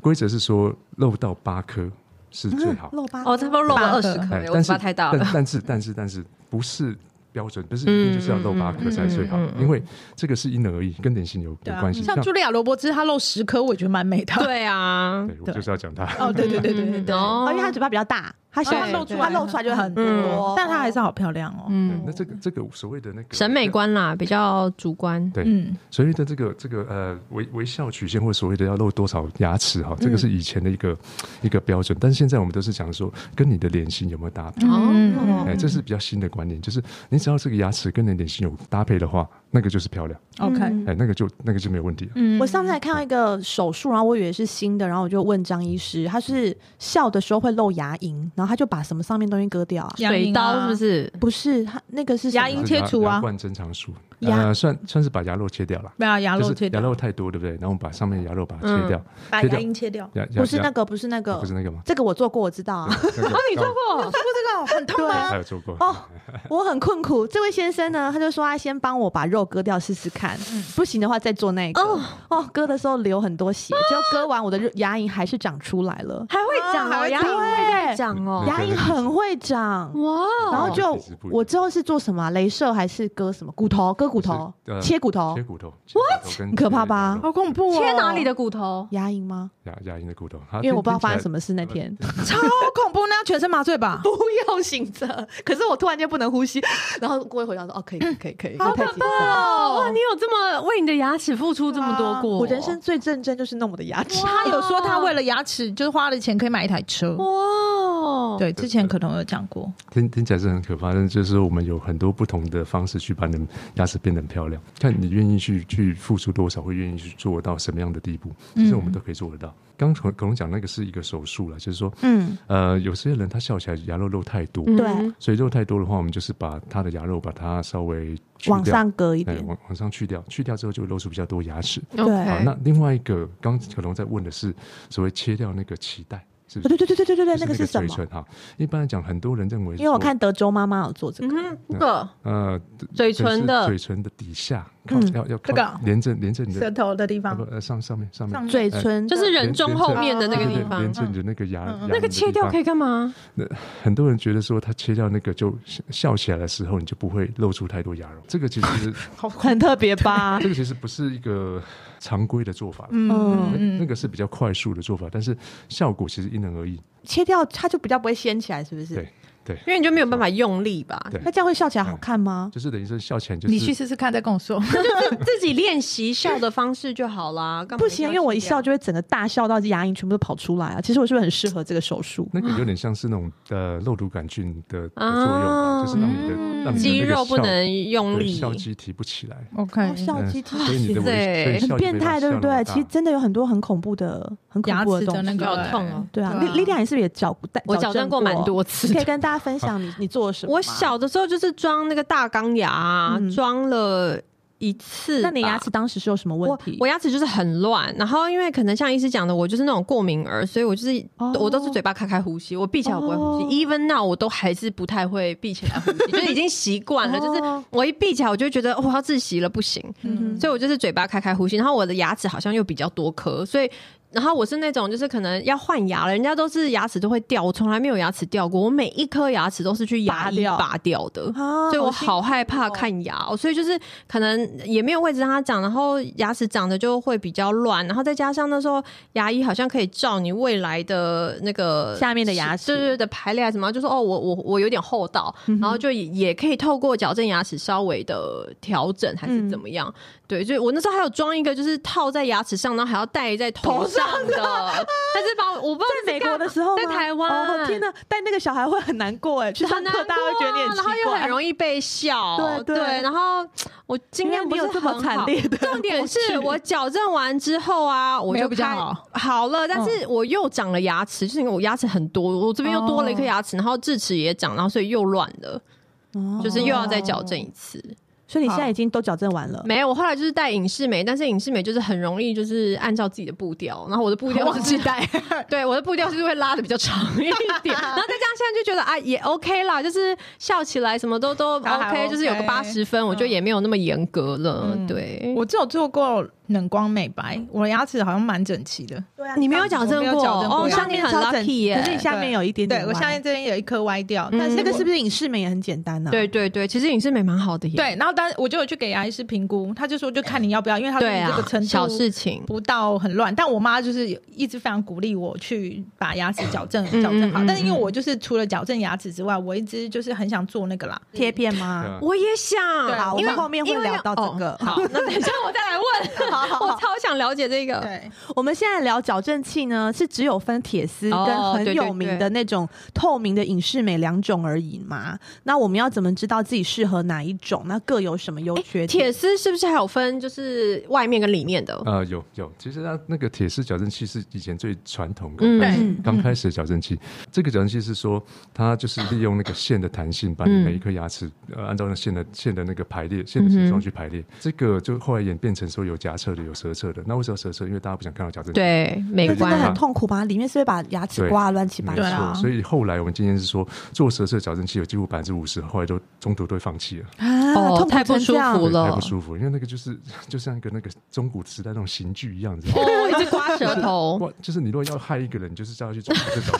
Speaker 5: 规则是说露到八颗是最好。
Speaker 1: 露八
Speaker 4: 哦，差不多露了
Speaker 3: 八
Speaker 4: 二
Speaker 3: 个
Speaker 4: 十颗
Speaker 5: 哎，
Speaker 4: 我嘴
Speaker 5: 但是
Speaker 4: 巴太大 了
Speaker 5: 但。但是但是但是不是标准，不是一定就是要露八颗才最好
Speaker 4: 嗯嗯嗯，嗯啊
Speaker 5: 因为这个是因人而异，跟脸型有有关系。
Speaker 3: 像
Speaker 5: 那
Speaker 3: 茱莉亚·罗伯兹，她露十颗，我觉得蛮美的。
Speaker 4: 对啊，
Speaker 5: 对我就是要讲它。
Speaker 3: 哦，对对对对对对，
Speaker 4: 哦
Speaker 1: 哦，因为她嘴巴比较大，她笑
Speaker 4: 哦她露出来
Speaker 1: 她露出来就很多，
Speaker 4: 嗯
Speaker 3: 但她还是好漂亮哦。
Speaker 5: 对
Speaker 4: 嗯，
Speaker 5: 那这个这个所谓的那个
Speaker 4: 审美，观啦，比较主观。
Speaker 5: 对，
Speaker 3: 嗯，
Speaker 5: 所谓的这个这个呃微微笑曲线或所谓的要露多少牙齿哈，这
Speaker 4: 嗯
Speaker 5: 个是以前的一个一个标准，但是现在我们都是讲说跟你的脸型有没有搭
Speaker 3: 嗯
Speaker 5: 配。
Speaker 4: 哦
Speaker 5: 哎，这是比较新的观念，就是你只要这个牙齿跟你的脸型有搭配的话，那个就是漂亮，
Speaker 3: 嗯
Speaker 4: 嗯
Speaker 3: OK，
Speaker 5: 哎，那个就那个就没有问题了。
Speaker 3: 嗯
Speaker 1: 我上次还看到一个手术，然后我以为是新的，然后我就问张医师，他是笑的时候会露牙龈，然后他就把什么上面东西割掉啊？
Speaker 4: 水刀是不？是？
Speaker 1: 不是，他那个是什么
Speaker 3: 牙龈切除啊
Speaker 5: 牙冠增长术，
Speaker 1: 牙
Speaker 5: 呃，算算是把牙肉切掉了，
Speaker 3: 没有牙肉
Speaker 5: 就是
Speaker 3: 啊切
Speaker 5: 牙
Speaker 3: 掉，
Speaker 5: 肉太多，对不对？然后我们把上面的牙肉把它切掉，
Speaker 3: 把
Speaker 5: 切
Speaker 3: 牙
Speaker 5: 掉
Speaker 3: 龈切掉。
Speaker 5: 牙牙
Speaker 1: 嗯不是那
Speaker 5: 牙
Speaker 1: 个，不是那个，
Speaker 5: 不是 那个吗？
Speaker 1: 这个我做过，我知道啊，
Speaker 5: 那个
Speaker 4: 你做过？
Speaker 3: 做这个很痛
Speaker 1: 吗
Speaker 5: 还有做过
Speaker 1: 哦我很困苦。这位先生呢，他就说他先帮我把肉割掉试试看，不行的话再做那个。
Speaker 4: 哦
Speaker 1: 嗯哦割的时候流很多血，就割完我的肉牙龈还是长出来了，
Speaker 4: 还会长
Speaker 3: 还
Speaker 4: 哦，
Speaker 3: 会
Speaker 4: 牙龈会长哦。
Speaker 1: 牙龈很会长。
Speaker 4: 哇哦，
Speaker 1: 然后就
Speaker 5: 其实不一定
Speaker 1: 我之后是做什么啊、镭射还是割什么？骨头，割骨头，
Speaker 5: 是呃
Speaker 1: 切骨头
Speaker 5: 切，骨头，what？
Speaker 1: 很可怕吧
Speaker 3: 好恐怖哦！
Speaker 4: 切哪里？的骨头？
Speaker 1: 牙龈吗？
Speaker 5: 牙牙龈的骨头，
Speaker 1: 因为我不知道发生什
Speaker 5: 么。
Speaker 1: 么事那天，
Speaker 3: 超恐怖，那要全身麻醉吧？
Speaker 1: 不用醒着。可是我突然间不能呼吸，然后过一会儿想说，哦，可以，可以，可
Speaker 5: 嗯
Speaker 1: 以，
Speaker 3: 好
Speaker 1: 太
Speaker 3: 可
Speaker 1: 紧张了。
Speaker 4: 哦，啊哇，你有这么为你的牙齿付出这么多过？
Speaker 1: 我
Speaker 5: 哦
Speaker 1: 人生最认真就是弄我的牙齿，
Speaker 3: 他有说他为了牙齿，就是花了钱可以买一台车。
Speaker 4: 哇，，
Speaker 3: 对，之前可能有讲过。
Speaker 5: 听听起来是很可怕，但就是我们有很多不同的方式去把你的牙齿变得很漂亮，看你愿意去去付出多少，会愿意去做到什么样的地步，
Speaker 1: 嗯
Speaker 5: 其实我们都可以做得到。刚刚可能讲那个是一个手术了，就是说，
Speaker 1: 嗯，
Speaker 5: 呃，有些人他笑起来牙肉肉太多，
Speaker 4: 啊
Speaker 1: 对，
Speaker 5: 所以肉太多的话，我们就是把他的牙肉把它稍微去掉
Speaker 1: 往上隔一
Speaker 5: 哎，
Speaker 1: 点，
Speaker 5: 往往上去掉，去掉之后就会露出比较多牙齿。
Speaker 4: 嗯
Speaker 5: 好，
Speaker 4: ，OK，
Speaker 5: 那另外一个，刚刚可能在问的是所谓切掉那个脐带，是不
Speaker 1: 对对
Speaker 5: 是？
Speaker 1: 对对对哦对对，
Speaker 5: 就
Speaker 1: 那个是什
Speaker 5: 嘴
Speaker 1: 么？
Speaker 5: 唇哈。一般来讲，很多人认为，
Speaker 1: 因为我看德州妈妈有做这个，
Speaker 4: 嗯嗯哼，这个
Speaker 5: 呃，
Speaker 4: 嘴唇的
Speaker 5: 嘴唇的底下靠
Speaker 1: 嗯
Speaker 5: 要要
Speaker 3: 这
Speaker 5: 靠
Speaker 3: 个
Speaker 5: 连着连着你
Speaker 3: 舌
Speaker 5: 的
Speaker 3: 头的地
Speaker 5: 啊
Speaker 3: 方
Speaker 5: 不，呃上上面上面
Speaker 3: 上面
Speaker 1: 嘴唇
Speaker 4: 就是人中后面的那个地
Speaker 5: 对对
Speaker 4: 方
Speaker 5: 连。着你的那个牙
Speaker 3: 嗯嗯
Speaker 5: 牙
Speaker 4: 那个
Speaker 5: 龈的
Speaker 4: 切
Speaker 5: 地
Speaker 4: 掉
Speaker 5: 方
Speaker 4: 可以干嘛？
Speaker 5: 很多人觉得说他切掉那个就笑笑起来的时候，你就不会露出太多牙肉。这个其 实是
Speaker 3: 很特别吧
Speaker 5: 这个其实不是一个常规的做法，
Speaker 1: 嗯
Speaker 5: 那那个是比较快速的做法，但是效果其实因人而异。
Speaker 1: 切掉，它就比较不会掀起来，是不是？
Speaker 5: 对
Speaker 4: 因为你就没有办法用力吧，
Speaker 5: 对
Speaker 1: 那这样会笑起来好看吗？
Speaker 5: 就是等于是笑起来就
Speaker 3: 你去
Speaker 5: 是
Speaker 3: 试试看，再跟我说。
Speaker 4: 自己练习笑的方式就好啦。
Speaker 5: 嗯
Speaker 4: 干嘛
Speaker 1: 不行，因为我一笑
Speaker 4: 就
Speaker 1: 就会整个大笑到牙龈全部都跑出来啊！其实我是不是很适合这个手术？
Speaker 5: 那个有点像是那 种呃肉毒杆菌的的作用
Speaker 4: 啊
Speaker 5: 吧，就是让你的让你的那个
Speaker 4: 肌肉
Speaker 5: 笑
Speaker 4: 不能用
Speaker 5: 对
Speaker 4: 力，
Speaker 5: 笑肌提不起来，
Speaker 1: 哦
Speaker 3: OK，
Speaker 1: 笑
Speaker 5: 嗯
Speaker 1: 肌
Speaker 5: 所以你的
Speaker 4: 哇塞
Speaker 5: 微
Speaker 1: 很变态，对不对？其实真的有很多很恐怖的、很恐
Speaker 3: 牙
Speaker 1: 怖
Speaker 3: 齿
Speaker 1: 东
Speaker 3: 的
Speaker 1: 西。
Speaker 3: 那个
Speaker 4: 好痛哦
Speaker 1: 对啊，
Speaker 3: 对啊
Speaker 1: 莉莉亚，你是不是也矫戴
Speaker 4: 我矫正过蛮多次
Speaker 1: 你
Speaker 4: 的
Speaker 1: 可以跟大家分享你你做了什么吗？
Speaker 4: 我小的时候就是装那个大钢牙
Speaker 1: 嗯，
Speaker 4: 装、了一次吧。
Speaker 1: 那你牙齿当时是有什么问
Speaker 4: 我
Speaker 1: 题？
Speaker 4: 我牙齿就是很乱，然后因为可能像医师讲的，我就是那种过敏儿，所以我就是、
Speaker 1: 哦
Speaker 4: 我都是嘴巴开开呼吸，我闭起来我不会呼吸、
Speaker 1: 哦
Speaker 4: e v e n now 我都还是不太会闭起来呼吸，就是已经习惯了，就是
Speaker 1: 哦
Speaker 4: 我一闭起来我就会觉得、哦、我要窒息了，不行，
Speaker 1: 嗯
Speaker 4: 所以我就是嘴巴开开呼吸，然后我的牙齿好像又比较多颗，所以。然后我是那种，就是可能要换牙了，人家都是牙齿都会掉，我从来没有牙齿掉过，我每一颗牙齿都是去牙
Speaker 1: 拔
Speaker 4: 医
Speaker 1: 掉
Speaker 4: 拔掉的。
Speaker 1: 啊
Speaker 4: 所以我
Speaker 1: 辛
Speaker 4: 哦好害怕看牙、哦，所以就是可能也没有位置让它长，然后牙齿长得就会比较乱，然后再加上那时候牙医好像可以照你未来的那个
Speaker 1: 下面的牙齿
Speaker 4: 对对对的排列啊什么，就说哦，我我我有点厚道，然后就也也可以透过矫正牙齿稍微的调整还是怎么样，对，所以我那时候还有装一个就是套在牙齿上，然后还要戴在头上的，但是把我我不知道
Speaker 1: 在
Speaker 4: 是
Speaker 1: 美
Speaker 4: 干
Speaker 1: 国的时候吗，
Speaker 4: 在台湾
Speaker 1: 哦天哪！但那个小孩会很难过哎，去上
Speaker 4: 很难
Speaker 1: 课 大家会觉得你很
Speaker 4: 过啊然后
Speaker 1: 奇
Speaker 4: 又
Speaker 1: 怪，
Speaker 4: 很容易被笑，
Speaker 1: 对对
Speaker 4: 然后我今
Speaker 1: 因为
Speaker 4: 天不
Speaker 1: 你
Speaker 4: 是
Speaker 1: 有这么
Speaker 4: 很
Speaker 1: 惨
Speaker 4: 好
Speaker 1: 烈的
Speaker 4: 重点
Speaker 1: 过
Speaker 4: 是
Speaker 1: 去
Speaker 4: 我矫正完之后啊，我
Speaker 3: 没有
Speaker 4: 就
Speaker 3: 比较
Speaker 4: 开
Speaker 3: 好
Speaker 4: 好了，
Speaker 1: 嗯
Speaker 4: 但是我又长了牙齿，就是因为我牙齿很多，我这边又多了一颗牙齿，然后智齿也长，然后所以又乱了，
Speaker 1: 哦
Speaker 4: 就是又要再矫正一次。
Speaker 1: 所以你现在已经都矫正完了。
Speaker 4: 没有，我后来就是戴隐适美，但是隐适美就是很容易就是按照自己的步调，然后 我的步调忘记戴，对，我的步调就是会拉的比较长一 点，然后再加上现在就觉得啊也 OK 啦，就是笑起来什么都都
Speaker 3: 还
Speaker 4: 啊 OK，就是嗯有个
Speaker 3: OK
Speaker 4: 八十分，我觉得也没有那么严格了，对。
Speaker 3: 我只有做过冷光美白，我的牙齿好像蛮整齐的。
Speaker 1: 对啊
Speaker 4: 你没有矫正
Speaker 3: 我没有
Speaker 4: 过
Speaker 3: 矫正过
Speaker 4: 哦，
Speaker 3: 牙
Speaker 4: 像你很 lucky 耶、
Speaker 1: 可是你下面有一点点
Speaker 3: 对
Speaker 1: 歪，
Speaker 3: 我下面这边有一颗歪掉，
Speaker 4: 嗯
Speaker 3: 但是
Speaker 1: 那个
Speaker 3: 我
Speaker 1: 是不是影视美也很简单啊呢？
Speaker 4: 对对对，其实隐适美蛮好的耶。
Speaker 3: 对，然后但我就有去给牙医师评估，他就说就看你要不要，因为他说
Speaker 4: 对
Speaker 3: 你这
Speaker 4: 啊
Speaker 3: 个程，度
Speaker 4: 小事情，
Speaker 3: 不到很乱，但我妈就是一直非常鼓励我去把牙齿矫正
Speaker 4: 嗯
Speaker 3: 矫正好
Speaker 4: 嗯嗯，
Speaker 3: 但是因为我就是除了矫正牙齿之外，我一直就是很想做那个
Speaker 4: 嗯
Speaker 3: 啦，
Speaker 1: 贴片
Speaker 5: 啊
Speaker 1: 吗？
Speaker 4: 我也想。
Speaker 3: 对
Speaker 1: 好，我
Speaker 4: 因为哦
Speaker 1: 们后面会聊到这个。
Speaker 4: 好，那 等一下我再来问。
Speaker 1: 好好
Speaker 4: 我
Speaker 1: 好，
Speaker 4: 超想了解这个。
Speaker 3: 对，
Speaker 1: 我们现在聊矫正器呢，是只有分铁丝
Speaker 4: 哦
Speaker 1: 跟很
Speaker 4: 对对
Speaker 1: 有名的那种透明的影视美两种而已嘛？那我们要怎么知道自己适合哪一种？那各有什么优缺
Speaker 4: 铁
Speaker 1: 点？
Speaker 4: 丝是不是还有分，就是外面跟里面的？
Speaker 3: 嗯
Speaker 5: 呃有有，其实它那个铁丝矫正器是以前最传统的。
Speaker 4: 嗯
Speaker 5: 刚开始
Speaker 1: 嗯
Speaker 5: 刚开始的矫正器，这个矫正器是说，它就是利用那个线的弹性，把你
Speaker 4: 嗯
Speaker 5: 每一颗牙齿呃按照那线的线的那个排列、
Speaker 1: 嗯
Speaker 5: 线的形状去排列。这个就后来演变成说有夹侧的，有舌侧的。那为什么舌侧？因为大家不想看到矫正器。
Speaker 4: 对，美
Speaker 1: 那真的
Speaker 4: 观。
Speaker 1: 很痛苦吧？里面是会把牙齿刮得乱七八
Speaker 5: 没
Speaker 1: 糟
Speaker 5: 错，
Speaker 3: 对啊
Speaker 5: 所以后来我们今天是说，做舌侧矫正器有几乎百分之五十，后来都中途都会放弃了，
Speaker 1: 啊，
Speaker 4: 哦
Speaker 1: 痛苦
Speaker 4: 太不
Speaker 1: 成这样
Speaker 4: 舒服
Speaker 5: 对
Speaker 4: 了
Speaker 5: 太不舒服，因为那个就是 就像一个那个中古时代那种刑具一样，你知道吗？
Speaker 4: 哦，一直刮舌头，
Speaker 5: 哇，就是你如果要害一个人，你就是叫他去做这种，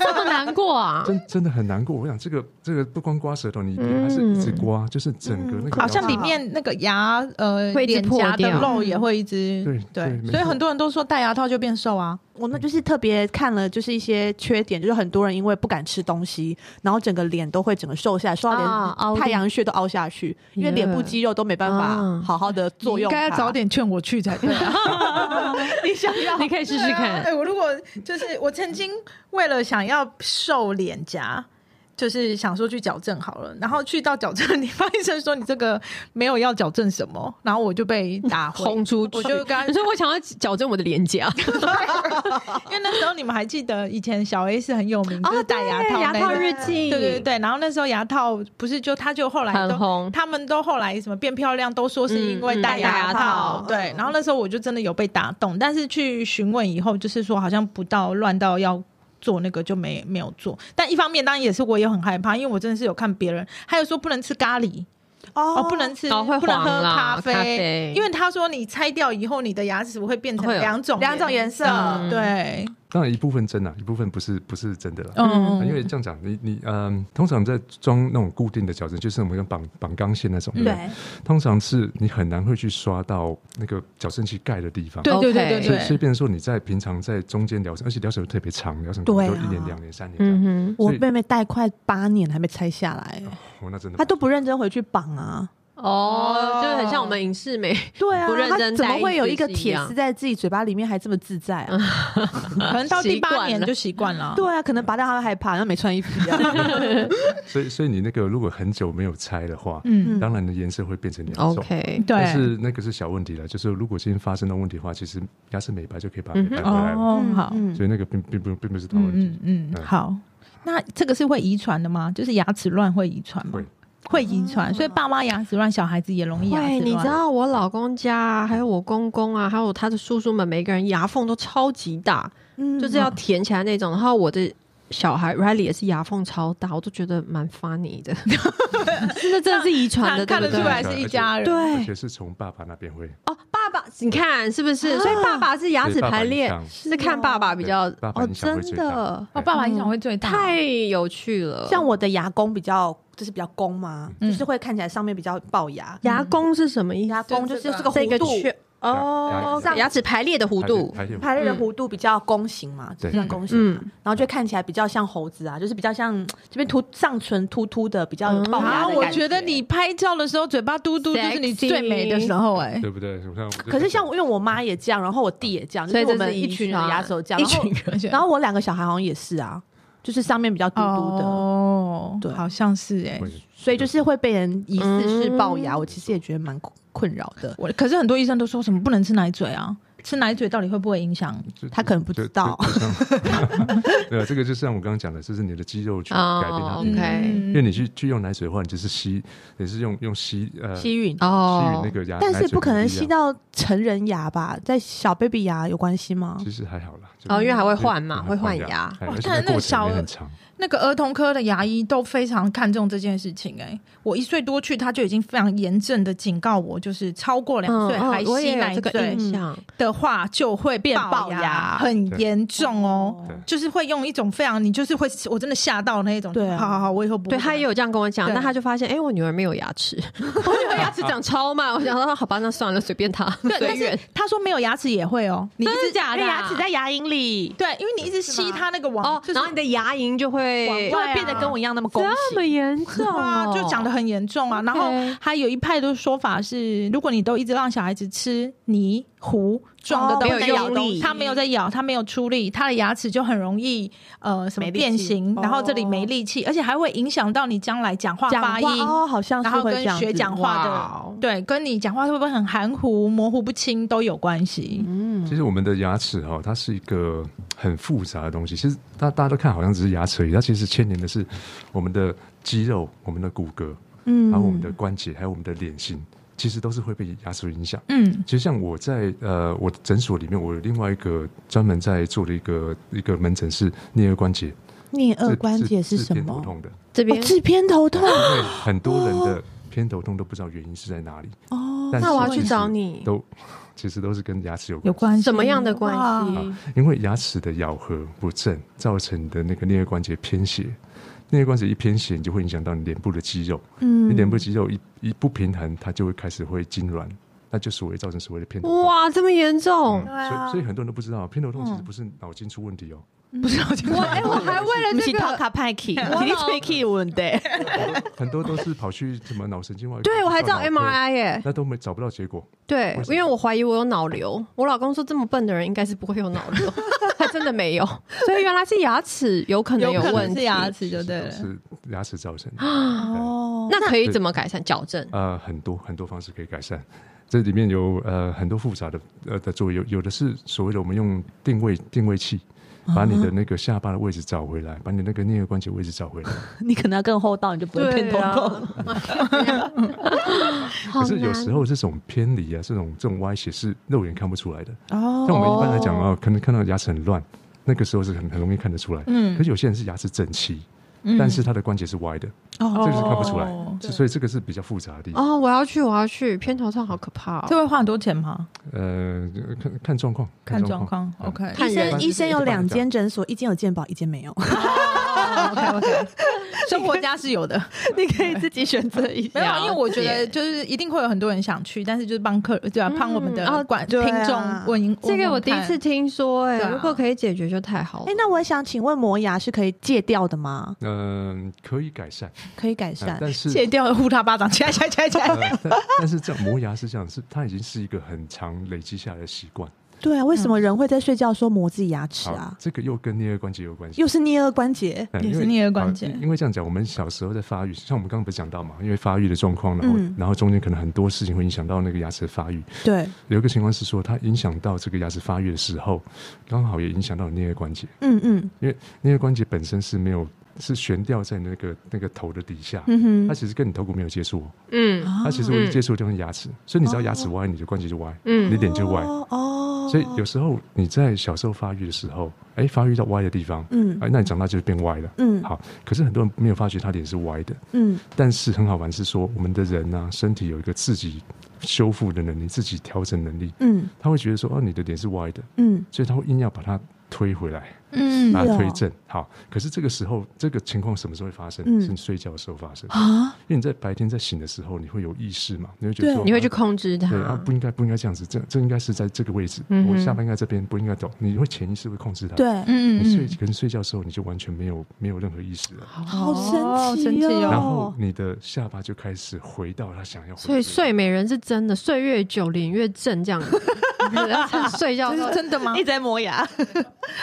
Speaker 4: 这么难 过啊！
Speaker 5: 真真的很难过。我想这个这个不光刮舌头，你还是一直刮，就是整个那个
Speaker 3: 好
Speaker 5: 咬
Speaker 3: 像
Speaker 5: 肌
Speaker 3: 里面那个牙呃
Speaker 4: 会一直
Speaker 3: 脸
Speaker 4: 破
Speaker 3: 颊的
Speaker 4: 掉
Speaker 3: 肉也会一直
Speaker 5: 对对
Speaker 3: 对，
Speaker 5: 没
Speaker 3: 所以
Speaker 5: 错
Speaker 3: 很多人都说戴牙套就变瘦啊，
Speaker 1: 我们就是特别看了，就是一些缺点，就是很多人因为不敢吃东西，然后整个脸都会整个瘦下来，瘦到
Speaker 4: 啊凹
Speaker 1: 连
Speaker 4: 进
Speaker 1: 太阳穴都凹下去，因为脸部肌肉都没办
Speaker 4: 啊
Speaker 1: 法好好的作用它。
Speaker 3: 点劝我去才对啊。
Speaker 1: 你想要
Speaker 4: 你可以试试
Speaker 3: 对啊
Speaker 4: 看
Speaker 3: 哎、。我如果就是我曾经为了想要瘦脸颊，就是想说去矫正好了，然后去到矫正的地方，医生说你这个没有要矫正什么，然后我就被打回
Speaker 4: 轰出去，
Speaker 3: 我就跟他
Speaker 4: 可是我想要矫正我的脸颊，
Speaker 3: 啊因为那时候你们还记得以前小 A 是很有名，就是戴牙套
Speaker 4: 哦对牙
Speaker 3: 那
Speaker 4: 套
Speaker 3: 个
Speaker 4: 日记，
Speaker 3: 对对对，然后那时候牙套不是就他就后来
Speaker 4: 很
Speaker 3: 都
Speaker 4: 红，
Speaker 3: 他们都后来什么变漂亮，都说是因为
Speaker 4: 嗯
Speaker 3: 戴
Speaker 4: 戴牙
Speaker 3: 牙套
Speaker 4: 套。
Speaker 3: 对，然后那时候我就真的有被打动，但是去询问以后，就是说好像不到乱到要。做那个就没没有做，但一方面当然也是我也很害怕，因为我真的是有看别人，还有说不能吃咖喱，哦，不能吃，
Speaker 4: 哦会
Speaker 3: 不能喝
Speaker 4: 黄啦
Speaker 3: 咖啡，
Speaker 4: 咖啡哦
Speaker 3: 因为他说你拆掉以后，你的牙齿会变成
Speaker 4: 会有
Speaker 3: 两种
Speaker 2: 两种颜色
Speaker 4: 嗯
Speaker 3: 对，
Speaker 5: 当然一部分真啊的、一部分不是不是真的啦。啊
Speaker 3: 嗯，
Speaker 5: 因为这样讲，你你嗯，通常在装那种固定的矫正，就是我们用绑绑钢线那种，不
Speaker 4: 嗯
Speaker 1: 对，
Speaker 5: 通常是你很难会去刷到那个矫正器盖的地方。
Speaker 3: 对对对对
Speaker 4: OK
Speaker 5: 所以所
Speaker 3: 对，
Speaker 5: 以变成说你在平常在中间疗程，而且疗程又特别长，疗程可
Speaker 1: 对
Speaker 5: 能就
Speaker 1: 啊
Speaker 5: 一年、两年、三年这样。
Speaker 4: 嗯
Speaker 1: 我
Speaker 5: 所以
Speaker 1: 妹妹戴快八年还没拆下来，
Speaker 5: 哦，那真的
Speaker 1: 她都不认真回去绑啊。
Speaker 4: 哼，哦，就很像我们影视美，
Speaker 1: 对啊，
Speaker 4: 不认真
Speaker 1: 她怎么
Speaker 4: 戴
Speaker 1: 会有
Speaker 4: 一
Speaker 1: 一个
Speaker 4: 直是一
Speaker 1: 铁
Speaker 4: 样
Speaker 1: 丝在自己嘴巴里面还这么自在啊？
Speaker 3: 可能到第
Speaker 4: 习惯
Speaker 3: 八年
Speaker 4: 了
Speaker 3: 就习惯了。
Speaker 1: 对啊，可
Speaker 4: 嗯
Speaker 1: 能拔掉她会害怕，然后没穿衣服 一样。
Speaker 5: 所以所以你那个如果很久没有拆的话，
Speaker 3: 嗯，
Speaker 5: 当然你的颜色会变成两 种。
Speaker 4: OK，
Speaker 5: 但
Speaker 3: 对，
Speaker 5: 是那个是小问题了，就是如果今天发生了问题的话，其实牙齿美白就可以把它
Speaker 4: 嗯
Speaker 5: 美
Speaker 4: 哼
Speaker 5: 白回来了。
Speaker 3: 哦，好，嗯
Speaker 1: 嗯
Speaker 5: 所以那个并并不并不是大问题。
Speaker 3: 嗯嗯，
Speaker 5: 嗯
Speaker 3: 好。那这个是会遗传的吗？就是牙齿乱会遗传吗
Speaker 5: 会？
Speaker 3: 会遗传，所以爸妈牙齿乱，小孩子也容易牙齿
Speaker 4: 对，
Speaker 3: 乱。
Speaker 4: 你知道我老公家啊，还有我公公啊，还有他的叔叔们，每个人牙缝都超级大，
Speaker 1: 嗯
Speaker 4: 就是要填起来那种。然后我的小孩 Riley 也是牙缝超大，我都觉得蛮 funny 的， 真的真的是遗传
Speaker 3: 看
Speaker 4: 的，
Speaker 3: 看得
Speaker 4: 对不
Speaker 3: 出
Speaker 4: 对
Speaker 3: 来是一家人。
Speaker 5: 而
Speaker 4: 对
Speaker 5: 且是从爸爸那边会
Speaker 4: 哦，爸爸，你看是不是？所以爸爸是牙齿排列
Speaker 5: 对爸爸影，响
Speaker 4: 是看爸爸比较
Speaker 5: 对爸爸
Speaker 4: 哦，
Speaker 5: 影响
Speaker 4: 真
Speaker 5: 会最大
Speaker 4: 的
Speaker 3: 哦，爸爸影响会最大。
Speaker 4: 嗯太有趣了。
Speaker 1: 嗯像我的牙弓比较，就是比较弓嘛，
Speaker 4: 嗯
Speaker 1: 就是会看起来上面比较龅牙。
Speaker 4: 牙弓是什么意思？
Speaker 1: 牙弓就是这个
Speaker 4: 这
Speaker 1: 弧
Speaker 4: 个
Speaker 1: 度，
Speaker 4: 圈哦，
Speaker 5: 牙
Speaker 4: 牙齿排列的弧度，
Speaker 5: 排列排
Speaker 1: 排
Speaker 5: 列
Speaker 1: 列的弧度比较弓形嘛，就
Speaker 5: 对
Speaker 1: 算弓形嘛，
Speaker 4: 嗯，
Speaker 1: 然后就看起来比较像猴子啊，就是比较像这边凸上唇凸凸的，比较
Speaker 4: 嗯
Speaker 1: 有龅牙
Speaker 3: 啊，
Speaker 1: 的
Speaker 3: 我
Speaker 1: 感
Speaker 3: 觉得你拍照的时候嘴巴嘟嘟，就是你最美的时候哎、
Speaker 5: 对不对？我看我就
Speaker 1: 可是像我因为我妈也这样，然后我弟也这样，就
Speaker 4: 所以
Speaker 1: 我
Speaker 4: 这是
Speaker 1: 们一
Speaker 4: 遗
Speaker 1: 群人
Speaker 4: 传
Speaker 1: 牙齿都这样，
Speaker 3: 一
Speaker 1: 然后
Speaker 3: 群人
Speaker 1: 然后我两个小孩好像也是啊，就是上面比较嘟嘟的，
Speaker 3: 哦，
Speaker 1: 对
Speaker 3: 好像是哎、
Speaker 5: 会
Speaker 1: 所以就是会被人疑似是龅
Speaker 3: 嗯
Speaker 1: 牙，我其实也觉得蛮困困扰的。
Speaker 3: 我可是很多医生都说什么不能吃奶嘴啊，吃奶嘴到底会不会影响？
Speaker 5: 就
Speaker 1: 他可能不知道，
Speaker 5: 就就像对啊，这个就像我刚刚讲的，就是你的肌肉去改变它
Speaker 4: 哦
Speaker 5: 的。
Speaker 4: ，OK，
Speaker 3: 嗯
Speaker 5: 因为你去去用奶水的话，你就是吸，你是用用吸呃
Speaker 3: 嗯
Speaker 5: 吸
Speaker 1: 吸吮，
Speaker 4: 哦
Speaker 5: 吮那个牙，
Speaker 1: 但
Speaker 5: 奶
Speaker 1: 是
Speaker 5: 嘴
Speaker 1: 不可能
Speaker 5: 的力量
Speaker 1: 吸。到成人牙吧？在小 baby 牙有关系吗？
Speaker 5: 其实还好啦，就
Speaker 4: 哦，因为还会换
Speaker 5: 就
Speaker 4: 嘛，
Speaker 5: 就
Speaker 4: 会换牙哦
Speaker 5: 牙，。哎
Speaker 3: 哇
Speaker 5: 而且
Speaker 3: 但
Speaker 5: 那
Speaker 3: 那个
Speaker 5: 过程
Speaker 3: 小
Speaker 5: 也很长，
Speaker 3: 那个儿童科的牙医都非常看重这件事情哎、我一岁多去他就已经非常严正的警告我，就是超过两岁还
Speaker 4: 嗯哦我
Speaker 3: 吸
Speaker 4: 也有
Speaker 3: 奶
Speaker 4: 这个
Speaker 3: 嘴
Speaker 4: 印象，
Speaker 3: 的话就会变
Speaker 1: 龅
Speaker 3: 龅
Speaker 1: 牙
Speaker 3: 很严重哦。
Speaker 5: 对
Speaker 3: 就是会用一种非常，你就是会，我真的吓到那一种。
Speaker 1: 对啊
Speaker 3: 好好好，我以后不会
Speaker 4: 对他也有这样跟我讲，
Speaker 3: 对
Speaker 4: 但他就发现，哎，我女儿没有牙齿，我女儿牙齿长超慢，我想说，好吧，那算了，随便她，
Speaker 3: 对，
Speaker 4: 随
Speaker 3: 但是
Speaker 4: 缘。嗯
Speaker 3: 他说没有牙齿也会哦，你一直
Speaker 4: 假
Speaker 1: 因为牙齿哎在牙龈里，
Speaker 3: 对，因为你一直吸它那个网，
Speaker 4: 哦，
Speaker 3: 就是
Speaker 4: 然后你的牙龈就会
Speaker 1: 就会变得跟我一样那么拱
Speaker 4: 这么
Speaker 1: 形。
Speaker 4: 严重
Speaker 3: 啊，
Speaker 4: 哦，
Speaker 3: 就讲的很严重啊。然后
Speaker 4: OK
Speaker 3: 还有一派的说法是，如果你都一直让小孩子吃泥糊状的
Speaker 1: 哦
Speaker 3: 东
Speaker 4: 没
Speaker 3: 西，
Speaker 4: 有用力
Speaker 3: 他没有在咬，他没有出力，他的牙齿就很容易呃什么
Speaker 1: 没力气
Speaker 3: 变形，然后这里没力气，而且还会影响到你将来讲话发音。
Speaker 1: 哦，好像是
Speaker 3: 然后
Speaker 1: 会
Speaker 3: 跟
Speaker 1: 这样
Speaker 3: 学
Speaker 1: 子
Speaker 3: 讲话
Speaker 4: 哇哦
Speaker 3: 的，对，跟你讲话会不会很含糊、模糊不清都有关系。
Speaker 1: 嗯
Speaker 5: 其实我们的牙齿哈、它是一个很复杂的东西。其实大大家都看好像只是牙齿而已，它其实牵连的是我们的肌肉、我们的骨骼，
Speaker 1: 嗯
Speaker 5: 还有我们的关节，还有我们的脸型，其实都是会被牙齿影响。
Speaker 3: 嗯，
Speaker 5: 其实像我在呃我的诊所里面，我有另外一个专门在做的一个一个门诊是颞颌关节，
Speaker 1: 颞
Speaker 5: 这
Speaker 1: 颌关节是什
Speaker 5: 偏头
Speaker 1: 么？
Speaker 5: 痛的，
Speaker 4: 这边
Speaker 1: 哦，治偏头痛
Speaker 5: 因为很多人的偏头痛都不知道原因是在哪里。
Speaker 1: 哦。
Speaker 5: 但
Speaker 4: 那我要
Speaker 5: 是
Speaker 4: 去
Speaker 5: 其实
Speaker 4: 找你
Speaker 5: 都 其实都是跟牙齿有关
Speaker 3: 有关系啊
Speaker 4: 什么样的嗯关
Speaker 3: 哇
Speaker 4: 系？
Speaker 5: 因为牙齿的咬合不正，造成你的那个颞颌关节偏斜。颞颌关节一偏斜，你就会影响到你脸部的肌肉。
Speaker 1: 嗯
Speaker 5: 你脸部肌肉一一不平衡，它就会开始会痉挛，那就所谓造成所谓的偏头痛。
Speaker 4: 哇，哦这么严重！
Speaker 3: 啊
Speaker 5: 嗯所以所以很多人都不知道，偏头痛其实不是脑筋出问题哦。
Speaker 3: 不是？
Speaker 4: 我哎，我还为了
Speaker 1: 不
Speaker 4: 这
Speaker 1: 是
Speaker 4: 个
Speaker 1: 头卡派去，
Speaker 4: 老
Speaker 1: 你吹气问题。
Speaker 5: 很多都是跑去什么脑神经外科，
Speaker 4: 对，我还
Speaker 5: 去
Speaker 4: 照
Speaker 5: 脑科
Speaker 4: MRI 耶。
Speaker 5: 那都没找不到结果。
Speaker 4: 对
Speaker 5: 为，什
Speaker 4: 因
Speaker 5: 么
Speaker 4: 为我怀疑我有脑瘤。我老公说，这么笨的人应该是不会有脑瘤，还真的没有。所以原来是牙齿有可能
Speaker 3: 有可
Speaker 4: 问
Speaker 3: 能
Speaker 4: 题。
Speaker 3: 是牙齿就对
Speaker 5: 都
Speaker 3: 了。
Speaker 5: 是牙齿造 成的。
Speaker 1: 哦，
Speaker 4: 那可以怎么改善矫正？
Speaker 5: 呃，很多很多方式可以改善。这里面有呃很多复杂的呃的作用，有有的是所谓的我们用定位定位器，把你的那个下巴的位置找回来，把你那个颞颌关节位置找回来。
Speaker 1: 你可能要更厚道，你就不会偏头痛。
Speaker 4: 好
Speaker 5: 可是有
Speaker 4: 难
Speaker 5: 时候这种偏离啊，这种这种歪斜是肉眼看不出来的。
Speaker 1: 哦
Speaker 5: 像我们一般来讲啊，可能看到牙齿很乱，那个时候是很很容易看得出来。嗯，可是有些人是牙齿整齐，
Speaker 3: 嗯
Speaker 5: 但是它的关节是歪的，
Speaker 3: 哦
Speaker 5: 这个是看不出来
Speaker 3: 哦
Speaker 1: 对
Speaker 5: 所以这个是比较复杂的地方。
Speaker 4: 哦，我要去，我要去，偏头痛好可怕
Speaker 3: 这
Speaker 4: 哦。
Speaker 3: 会花很多钱吗？
Speaker 5: 呃，看看状况，
Speaker 3: 看状
Speaker 5: 状况。
Speaker 3: 况
Speaker 5: 嗯
Speaker 3: ，OK，
Speaker 4: 看
Speaker 1: 医
Speaker 4: 人
Speaker 1: 生医
Speaker 5: 一
Speaker 1: 生
Speaker 5: 般是
Speaker 1: 有
Speaker 5: 一般
Speaker 1: 两
Speaker 5: 是这样
Speaker 1: 间诊所，一间有健保，一间没有，
Speaker 3: OK OK，生活家是有的，
Speaker 1: 你可以自己选择一
Speaker 3: 没有啊
Speaker 4: 了，
Speaker 3: 因为我觉得就是一定会有很多人想去，但是就是帮客对吧、
Speaker 4: 嗯
Speaker 3: 帮我们的
Speaker 4: 哦
Speaker 3: 管、
Speaker 1: 对啊
Speaker 3: 听众问一问
Speaker 4: 这个
Speaker 3: 问
Speaker 4: 我第一
Speaker 3: 看
Speaker 4: 次听说，哎
Speaker 3: 对，啊
Speaker 4: 如果可以解决就太好了
Speaker 1: 哎、。那我想请问，磨牙是可以戒掉的吗？
Speaker 5: 嗯、可以改善，
Speaker 1: 可以改
Speaker 5: 呃
Speaker 1: 善。
Speaker 5: 但是
Speaker 3: 戒掉了呼他巴掌，起来起来起来 起来！
Speaker 5: 呃，但但是这样磨牙是这样，是它已经是一个很长累积下来的习惯。
Speaker 1: 对啊，为什么人会在睡觉的时候磨自己牙齿
Speaker 5: 好
Speaker 1: 啊，？
Speaker 5: 这个又跟颞颌关节有关系。
Speaker 1: 又是颞颌关 节，
Speaker 5: 嗯
Speaker 3: 也
Speaker 5: 因
Speaker 3: 是
Speaker 5: 为
Speaker 3: 颞颌
Speaker 5: 好
Speaker 3: 关节
Speaker 5: 因为这样讲，我们小时候在发育，像我们刚刚不是讲到嘛，因为发育的状况，然后、
Speaker 1: 嗯
Speaker 5: 然后中间可能很多事情会影响到那个牙齿的发育。
Speaker 1: 对，
Speaker 5: 有一个情况是说，它影响到这个牙齿发育的时候，刚好也影响到颞颌关节，
Speaker 1: 嗯嗯
Speaker 5: 因为颞颌关节本身是没有是悬吊在那个那个头的底下，
Speaker 1: 嗯
Speaker 5: 它
Speaker 1: 哼，
Speaker 5: 其实跟你头骨没有接触哦，
Speaker 4: 嗯
Speaker 5: 它其实唯一接触的就是牙齿，所以你只要
Speaker 1: 哦
Speaker 5: 牙齿歪，你的关节就歪，你
Speaker 4: 嗯
Speaker 5: 脸就歪。
Speaker 1: 哦哦，
Speaker 5: 所以有时候你在小时候发育的时候，哎、发育到歪的地方，
Speaker 1: 嗯
Speaker 5: 哎、那你长大就变歪了。
Speaker 1: 嗯
Speaker 5: 好，可是很多人没有发觉他脸是歪的，
Speaker 1: 嗯
Speaker 5: 但是很好玩是说，我们的人啊，身体有一个自己修复的能力，自己调整能力，
Speaker 1: 嗯
Speaker 5: 他会觉得说，哦，你的脸是歪的，
Speaker 1: 嗯，
Speaker 5: 所以他会硬要把它推回来，
Speaker 3: 嗯
Speaker 5: 把
Speaker 1: 是
Speaker 5: 它
Speaker 1: 哦
Speaker 5: 推正。好，可是这个时候，这个情况什么时候会发生？
Speaker 1: 嗯
Speaker 5: 是你睡觉的时候发生，
Speaker 1: 啊，
Speaker 5: 因为你在白天在醒的时候，你会有意识嘛，你会觉得
Speaker 1: 对
Speaker 5: 说，
Speaker 4: 你会去
Speaker 5: 啊
Speaker 4: 控制它
Speaker 5: 对啊，不应该不应该这样子，这这应该是在这个位置，
Speaker 4: 嗯哼
Speaker 5: 我下巴应该这边不应该走，你会潜意识会控制它。，
Speaker 1: 对，
Speaker 3: 嗯
Speaker 5: 你睡可能睡觉的时候你就完全没有没有任何意识了，
Speaker 1: 好
Speaker 3: 哦
Speaker 1: 神
Speaker 3: 神
Speaker 1: 奇
Speaker 3: 奇哦
Speaker 1: 哦，
Speaker 5: 然后你的下巴就开始回到它想要回去
Speaker 4: 所
Speaker 5: 的
Speaker 4: 以睡美人是真的，睡越久脸越 正，这样子。睡觉
Speaker 3: 这
Speaker 4: 的时候
Speaker 3: 是真的吗
Speaker 1: 一？直在磨牙，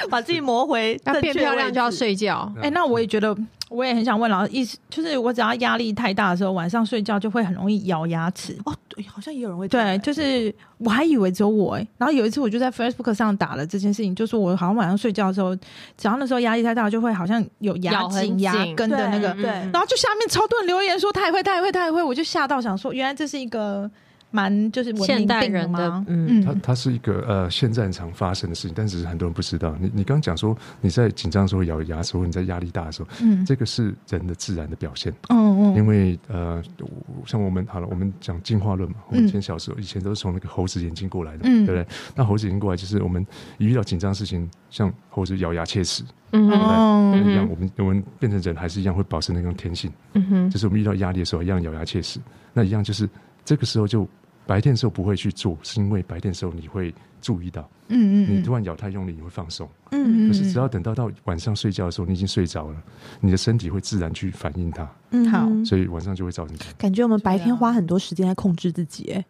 Speaker 1: 把自己磨回
Speaker 4: 要变漂亮就要
Speaker 1: 睡。
Speaker 4: 睡觉。
Speaker 5: 嗯
Speaker 3: 哎、那我也觉得，我也很想问老师，意思就是我只要压力太大的时候，晚上睡觉就会很容易咬牙齿。
Speaker 1: 哦，对，好像也有人会这样
Speaker 3: 对，就是我还以为只有我哎、然后有一次我就在 Facebook 上打了这件事情，就是我好像晚上睡觉的时候，只要那时候压力太大，就会好像有牙
Speaker 4: 咬很
Speaker 3: 紧、牙
Speaker 4: 紧
Speaker 3: 根的那个
Speaker 4: 嗯，
Speaker 1: 对
Speaker 3: 然后就下面超多人留言说他也会，他也会，他也会，我就吓到想说，原来这是一个蛮就是文明
Speaker 4: 现代
Speaker 3: 病
Speaker 4: 人的
Speaker 3: 吗
Speaker 4: 嗯
Speaker 5: 它它是一个呃现在很常发生的事情，但只是很多人不知道。你你刚讲说你在紧张的时候咬牙的时候，你在压力大的时候，
Speaker 3: 嗯
Speaker 5: 这个是人的自然的表现。
Speaker 3: 嗯嗯
Speaker 5: 因为呃，我像我们好了，我们讲进化论嘛，我们
Speaker 3: 嗯
Speaker 5: 以前小时候以前都是从那个猴子演进过来的，
Speaker 3: 嗯
Speaker 5: 对不对？那猴子演进过来就是我们一遇到紧张的事情，像猴子咬牙切齿
Speaker 4: 嗯哼
Speaker 3: 哦
Speaker 5: 一样，
Speaker 4: 嗯
Speaker 5: 我们我们变成人还是一样会保持那种天性，
Speaker 4: 嗯哼，
Speaker 5: 就是我们遇到压力的时候一样咬牙切齿，那一样就是这个时候就白天的时候不会去做，是因为白天的时候你会注意到，
Speaker 3: 嗯
Speaker 5: 你突然咬太用力你会放松，
Speaker 1: 嗯
Speaker 3: 嗯
Speaker 5: 可是只要等到到晚上睡觉的时候你已经睡着了，你的身体会自然去反应它，
Speaker 1: 嗯
Speaker 3: 好
Speaker 1: 嗯
Speaker 5: 所以晚上就会造成这样。
Speaker 1: 感觉我们白天
Speaker 3: 对啊
Speaker 1: 花很多时间在控制自己、哎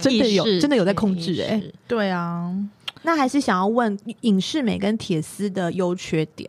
Speaker 1: 真的有
Speaker 4: 啊意识
Speaker 1: 真的有在控制哎
Speaker 4: 意识
Speaker 3: 对啊，
Speaker 1: 那还是想要问影视美跟铁丝的优缺点，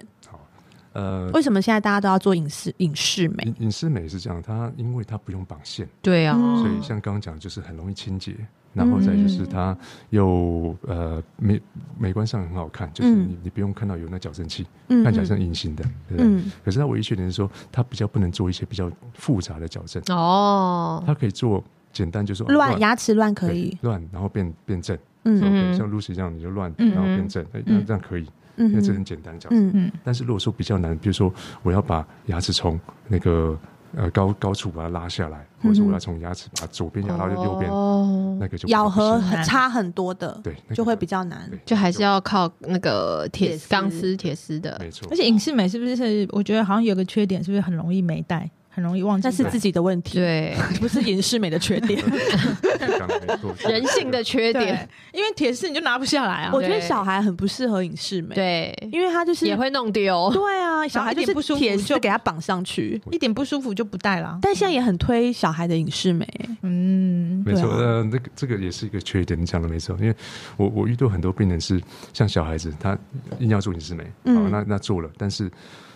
Speaker 5: 呃，
Speaker 1: 为什么现在大家都要做影视影视美
Speaker 5: 隐？隐适美是这样，它因为它不用绑线，
Speaker 4: 对啊，
Speaker 1: 嗯
Speaker 5: 所以像刚刚讲就是很容易清洁，然后再就是它又呃美美观上很好看，就是
Speaker 1: 嗯
Speaker 5: 你你不用看到有那矫正器，
Speaker 1: 嗯
Speaker 5: 看起来像隐形的，对不对？
Speaker 1: 嗯
Speaker 5: 可是它唯一缺点是说，它比较不能做一些比较复杂的矫正，
Speaker 4: 哦，
Speaker 5: 它可以做简单，就是说啊
Speaker 1: 乱牙齿乱可
Speaker 5: 对
Speaker 1: 以，
Speaker 5: 乱，然后变变正，
Speaker 1: 嗯
Speaker 4: 嗯
Speaker 5: OK，像 Lucy 这样你就乱，
Speaker 3: 嗯
Speaker 5: 然后变正，哎，那
Speaker 3: 嗯
Speaker 5: 这样可以，
Speaker 1: 嗯
Speaker 5: 因为这很简单矫正。
Speaker 1: 嗯嗯
Speaker 3: 嗯
Speaker 5: 但是如果说比较难，比如说我要把牙齿从那个呃高高处把它拉下来，
Speaker 1: 嗯
Speaker 5: 或者是我要从牙齿把左边牙到右边，
Speaker 4: 哦，
Speaker 5: 那个就
Speaker 1: 咬合
Speaker 5: 不行
Speaker 1: 很差很多的，
Speaker 5: 对，那个
Speaker 1: 就会比较难
Speaker 5: 对。
Speaker 4: 就还是要靠那个铁
Speaker 2: 铁丝
Speaker 4: 钢丝铁丝的，
Speaker 5: 没错
Speaker 3: 而。且影视美是不是？我觉得好像有个缺点，是不是很容易没带，很容易忘记
Speaker 1: 那
Speaker 3: 带？
Speaker 1: 是自己的问题，
Speaker 4: 对，
Speaker 1: 不是影视美的缺点。
Speaker 5: 刚刚没错
Speaker 4: 人性的缺点，
Speaker 3: 对，因为铁丝你就拿不下来啊。
Speaker 1: 我觉得小孩很不适合影视美，，
Speaker 4: 对，
Speaker 1: 因为他就是
Speaker 4: 也会弄丢。
Speaker 1: 对啊，小孩
Speaker 3: 一点
Speaker 1: 就
Speaker 3: 不
Speaker 1: 是
Speaker 3: 舒服
Speaker 1: 铁丝
Speaker 3: 就
Speaker 1: 给他绑上去。
Speaker 3: 一点不舒服就不带啦。
Speaker 1: 但现在也很推小孩的影视美，
Speaker 3: 嗯，
Speaker 5: 没错，
Speaker 1: 对啊
Speaker 5: 呃，那个这个也是一个缺点，你讲的没错。因为我我遇到很多病人是像小孩子，他硬要做隐适美，
Speaker 1: 嗯
Speaker 5: 好，那那做了，但是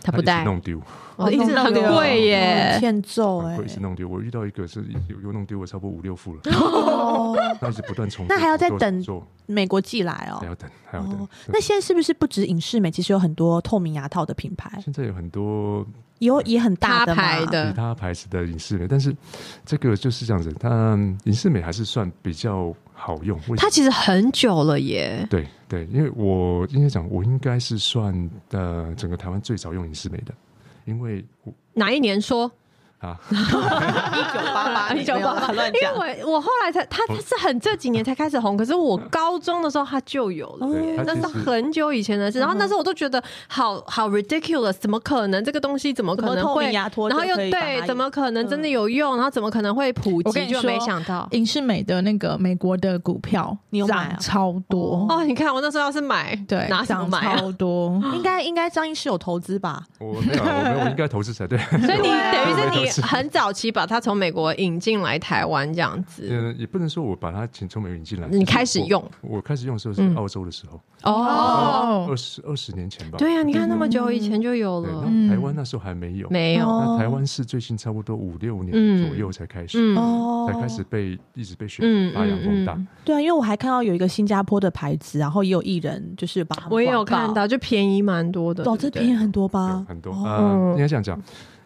Speaker 4: 他不
Speaker 5: 一直
Speaker 4: 戴
Speaker 5: 弄丢，
Speaker 4: 哦
Speaker 1: 一直弄
Speaker 4: 很
Speaker 1: 丢
Speaker 4: 贵
Speaker 1: 哦
Speaker 4: 耶，
Speaker 1: 欠揍哎
Speaker 5: 会一，直弄丢。我遇到一个是有有弄丢了差不多五 六副了，
Speaker 1: 哦，
Speaker 5: 但是不断重复，
Speaker 1: 那还要再
Speaker 5: 做
Speaker 1: 等
Speaker 5: 做，
Speaker 1: 美国寄来哦
Speaker 5: 还，要等，还要等
Speaker 1: 哦。那现在是不是不止影视美，其实有很多透明牙套的品牌，
Speaker 5: 现在有很多
Speaker 1: 也有也很大的嘛
Speaker 4: 他牌的
Speaker 5: 其嗯他牌子的影视美，但是这个就是这样子，它嗯影视美还是算比较好用。为什
Speaker 4: 它
Speaker 5: 么？
Speaker 4: 其实很久了耶。
Speaker 5: 对对，因为我应该讲，我应该是算呃整个台湾最早用影视美的，因为我
Speaker 4: 哪一年说？
Speaker 5: 啊，
Speaker 2: 一九八八，
Speaker 4: 一九八八
Speaker 2: 乱
Speaker 4: 因
Speaker 2: 讲。
Speaker 4: 为我我后来才，他他是很这几年才开始红，可是我高中的时候他就有了。
Speaker 5: 对他
Speaker 4: 哦那
Speaker 5: 其
Speaker 4: 是
Speaker 5: 实
Speaker 4: 很久以前的事，然后那时候我都觉得好好 ridiculous，怎么可能这个东西怎么
Speaker 1: 怎
Speaker 4: 可
Speaker 1: 么
Speaker 4: 能
Speaker 1: 透
Speaker 4: 会
Speaker 1: 明？牙托
Speaker 4: 然
Speaker 1: 就
Speaker 4: 后
Speaker 1: 可以
Speaker 4: 又
Speaker 1: 把它，
Speaker 4: 对，怎么可能真的有用？然后怎么可能会普
Speaker 3: 我跟
Speaker 4: 及？
Speaker 3: 你
Speaker 4: 就
Speaker 3: 说
Speaker 4: 没想到
Speaker 3: 影视美的那个美国的股票
Speaker 1: 你有买啊
Speaker 3: 涨超多，
Speaker 4: 哦！你看我那时候要是买，
Speaker 3: 对，
Speaker 4: 拿什
Speaker 3: 涨
Speaker 4: 么买啊？
Speaker 3: 超多。
Speaker 1: 应该应该张医师有投资吧？
Speaker 5: 我没有，我没 有，我应该投资才对。
Speaker 4: 所以你
Speaker 2: 对啊
Speaker 4: 等于是你很早期把它从美国引进来台湾这样子，
Speaker 5: 嗯，也不能说我把它请从美引进来，
Speaker 4: 你
Speaker 5: 就是
Speaker 4: 开始
Speaker 5: 我
Speaker 4: 用。
Speaker 5: 我开始用的时候是
Speaker 4: 嗯
Speaker 5: 澳洲的时候，
Speaker 4: 哦。
Speaker 5: 二十二十年前吧。
Speaker 4: 对呀、啊你看那么久以前就有
Speaker 5: 对，
Speaker 4: 了，
Speaker 5: 那台湾那时候还没有，
Speaker 4: 没有，
Speaker 1: 哦
Speaker 5: 那台湾是最近差不多五六
Speaker 4: 嗯
Speaker 5: 年左右才开始，
Speaker 4: 嗯，
Speaker 1: 哦
Speaker 5: 才开始被一直被宣
Speaker 4: 嗯
Speaker 5: 传发扬光大
Speaker 4: 嗯。
Speaker 1: 对啊，因为我还看到有一个新加坡的牌子，然后也有艺人就是把他们
Speaker 4: 我也有
Speaker 1: 广告
Speaker 4: 看，到，就便宜蛮多的，
Speaker 1: 哦，
Speaker 4: 对
Speaker 1: 这
Speaker 4: 不
Speaker 1: 便宜很多吧
Speaker 5: 有？很多
Speaker 1: 哦
Speaker 4: 嗯
Speaker 5: 呃，应该这样讲，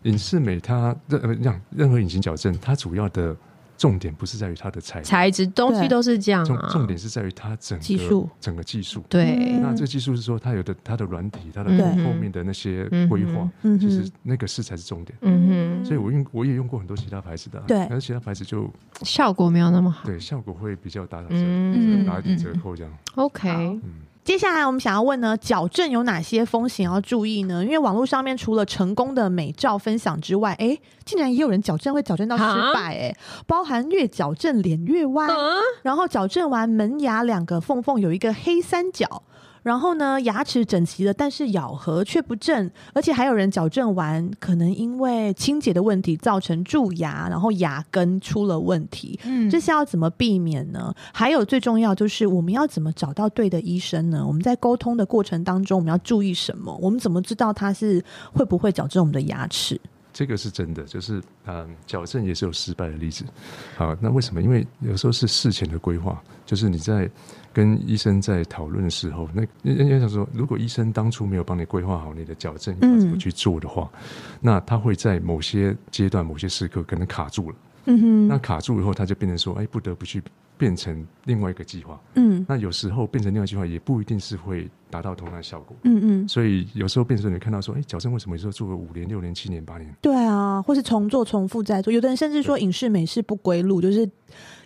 Speaker 5: 影视美它任呃让任何隐形矫正，它主要的重点不是在于它的材
Speaker 4: 对
Speaker 5: 料，
Speaker 4: 材质东西
Speaker 1: 对
Speaker 4: 都是这样
Speaker 5: 重
Speaker 4: 啊，
Speaker 5: 重点是在于它整个
Speaker 1: 技术
Speaker 5: 整个技术。
Speaker 4: 对嗯
Speaker 1: 嗯，
Speaker 5: 那这个技术是说它有的它的软体，它的
Speaker 4: 对
Speaker 5: 后面的那些规划，
Speaker 1: 嗯哼
Speaker 5: 其实那个是才是重点。
Speaker 4: 嗯
Speaker 5: 所以我用我也用过很多其他牌子的啊，
Speaker 1: 对
Speaker 5: 但是其他牌子就
Speaker 4: 哼，效果没有那么好，
Speaker 5: 对效果会比较打打折，
Speaker 4: 嗯
Speaker 5: 打一点折扣这样。
Speaker 4: ，OK，
Speaker 5: 嗯，
Speaker 1: 接下来我们想要问呢，矫正有哪些风险要注意呢？因为网络上面除了成功的美照分享之外，哎，竟然也有人矫正会矫正到失败，哎，包含越矫正脸越歪，
Speaker 4: 嗯，
Speaker 1: 然后矫正完门牙两个缝缝有一个黑三角，然后呢牙齿整齐了，但是咬合却不正，而且还有人矫正完可能因为清洁的问题造成蛀牙，然后牙根出了问题。
Speaker 3: 嗯
Speaker 1: 这些要怎么避免呢？还有最重要就是我们要怎么找到对的医生呢？我们在沟通的过程当中，我们要注意什么？我们怎么知道他是会不会矫正我们的牙齿？
Speaker 5: 这个是真的，就是嗯，矫正也是有失败的例子。好，那为什么？因为有时候是事前的规划，就是你在跟医生在讨论的时候，那人家想说，如果医生当初没有帮你规划好你的矫正要
Speaker 1: 嗯
Speaker 5: 怎么去做的话，那他会在某些阶段、某些时刻可能卡住了。
Speaker 1: 嗯
Speaker 5: 那
Speaker 1: 哼，
Speaker 5: 卡住以后，他就变成说，哎，不得不去变成另外一个计划。
Speaker 1: 嗯
Speaker 5: 那有时候变成另外一个计划，也不一定是会达到同样的效果。
Speaker 1: 嗯嗯，
Speaker 5: 所以有时候变成说，你看到说，哎，矫正为什么有时候做个五年、六年、七年、八年？
Speaker 1: 对啊，或是重做、重复再做。有的人甚至说影视美是不归路，就是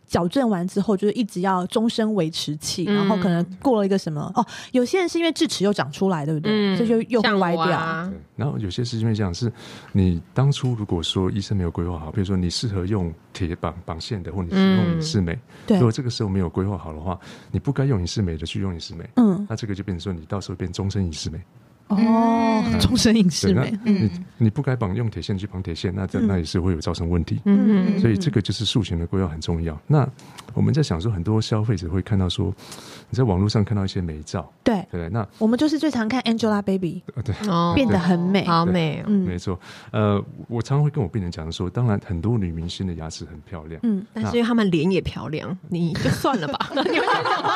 Speaker 1: 矫正完之后就是一直要终身维持器，
Speaker 4: 嗯
Speaker 1: 然后可能过了一个什么哦，有些人是因为智齿又长出来，对不对？
Speaker 4: 嗯
Speaker 1: 所以就又会
Speaker 4: 像
Speaker 1: 歪
Speaker 4: 我
Speaker 1: 掉。
Speaker 4: 啊
Speaker 5: 对，然后有些是因为这样，是你当初如果说医生没有规划好，比如说你适合用铁绑绑线的，或你适合用
Speaker 4: 嗯
Speaker 5: 隐适美，
Speaker 1: 对
Speaker 5: 如，果这个时候没有规划好的话，你不该用隐适美的去用隐适美，
Speaker 1: 嗯，
Speaker 5: 那这个就变成说你到时候变终身隐适美。
Speaker 1: 哦，
Speaker 3: 嗯
Speaker 1: 终身影视美
Speaker 5: 对，
Speaker 3: 嗯
Speaker 5: 你你不该绑用铁线去绑铁线，那这
Speaker 1: 嗯
Speaker 5: 那也是会有造成问题。
Speaker 4: 嗯
Speaker 5: 所以这个就是术前的规划很重要。那我们在想说，很多消费者会看到说，你在网络上看到一些美照，
Speaker 1: 对
Speaker 5: 对不对？那呃
Speaker 1: 我们就是最常看 Angelababy
Speaker 4: 哼，哦
Speaker 1: 嗯变得很美
Speaker 4: 好美哦，
Speaker 1: 嗯
Speaker 5: 没错，呃，我常常会跟我病人讲说，当然很多女明星的牙齿很漂亮，
Speaker 1: 嗯，
Speaker 4: 但是因为他们脸也漂亮，你就算了 吧，你们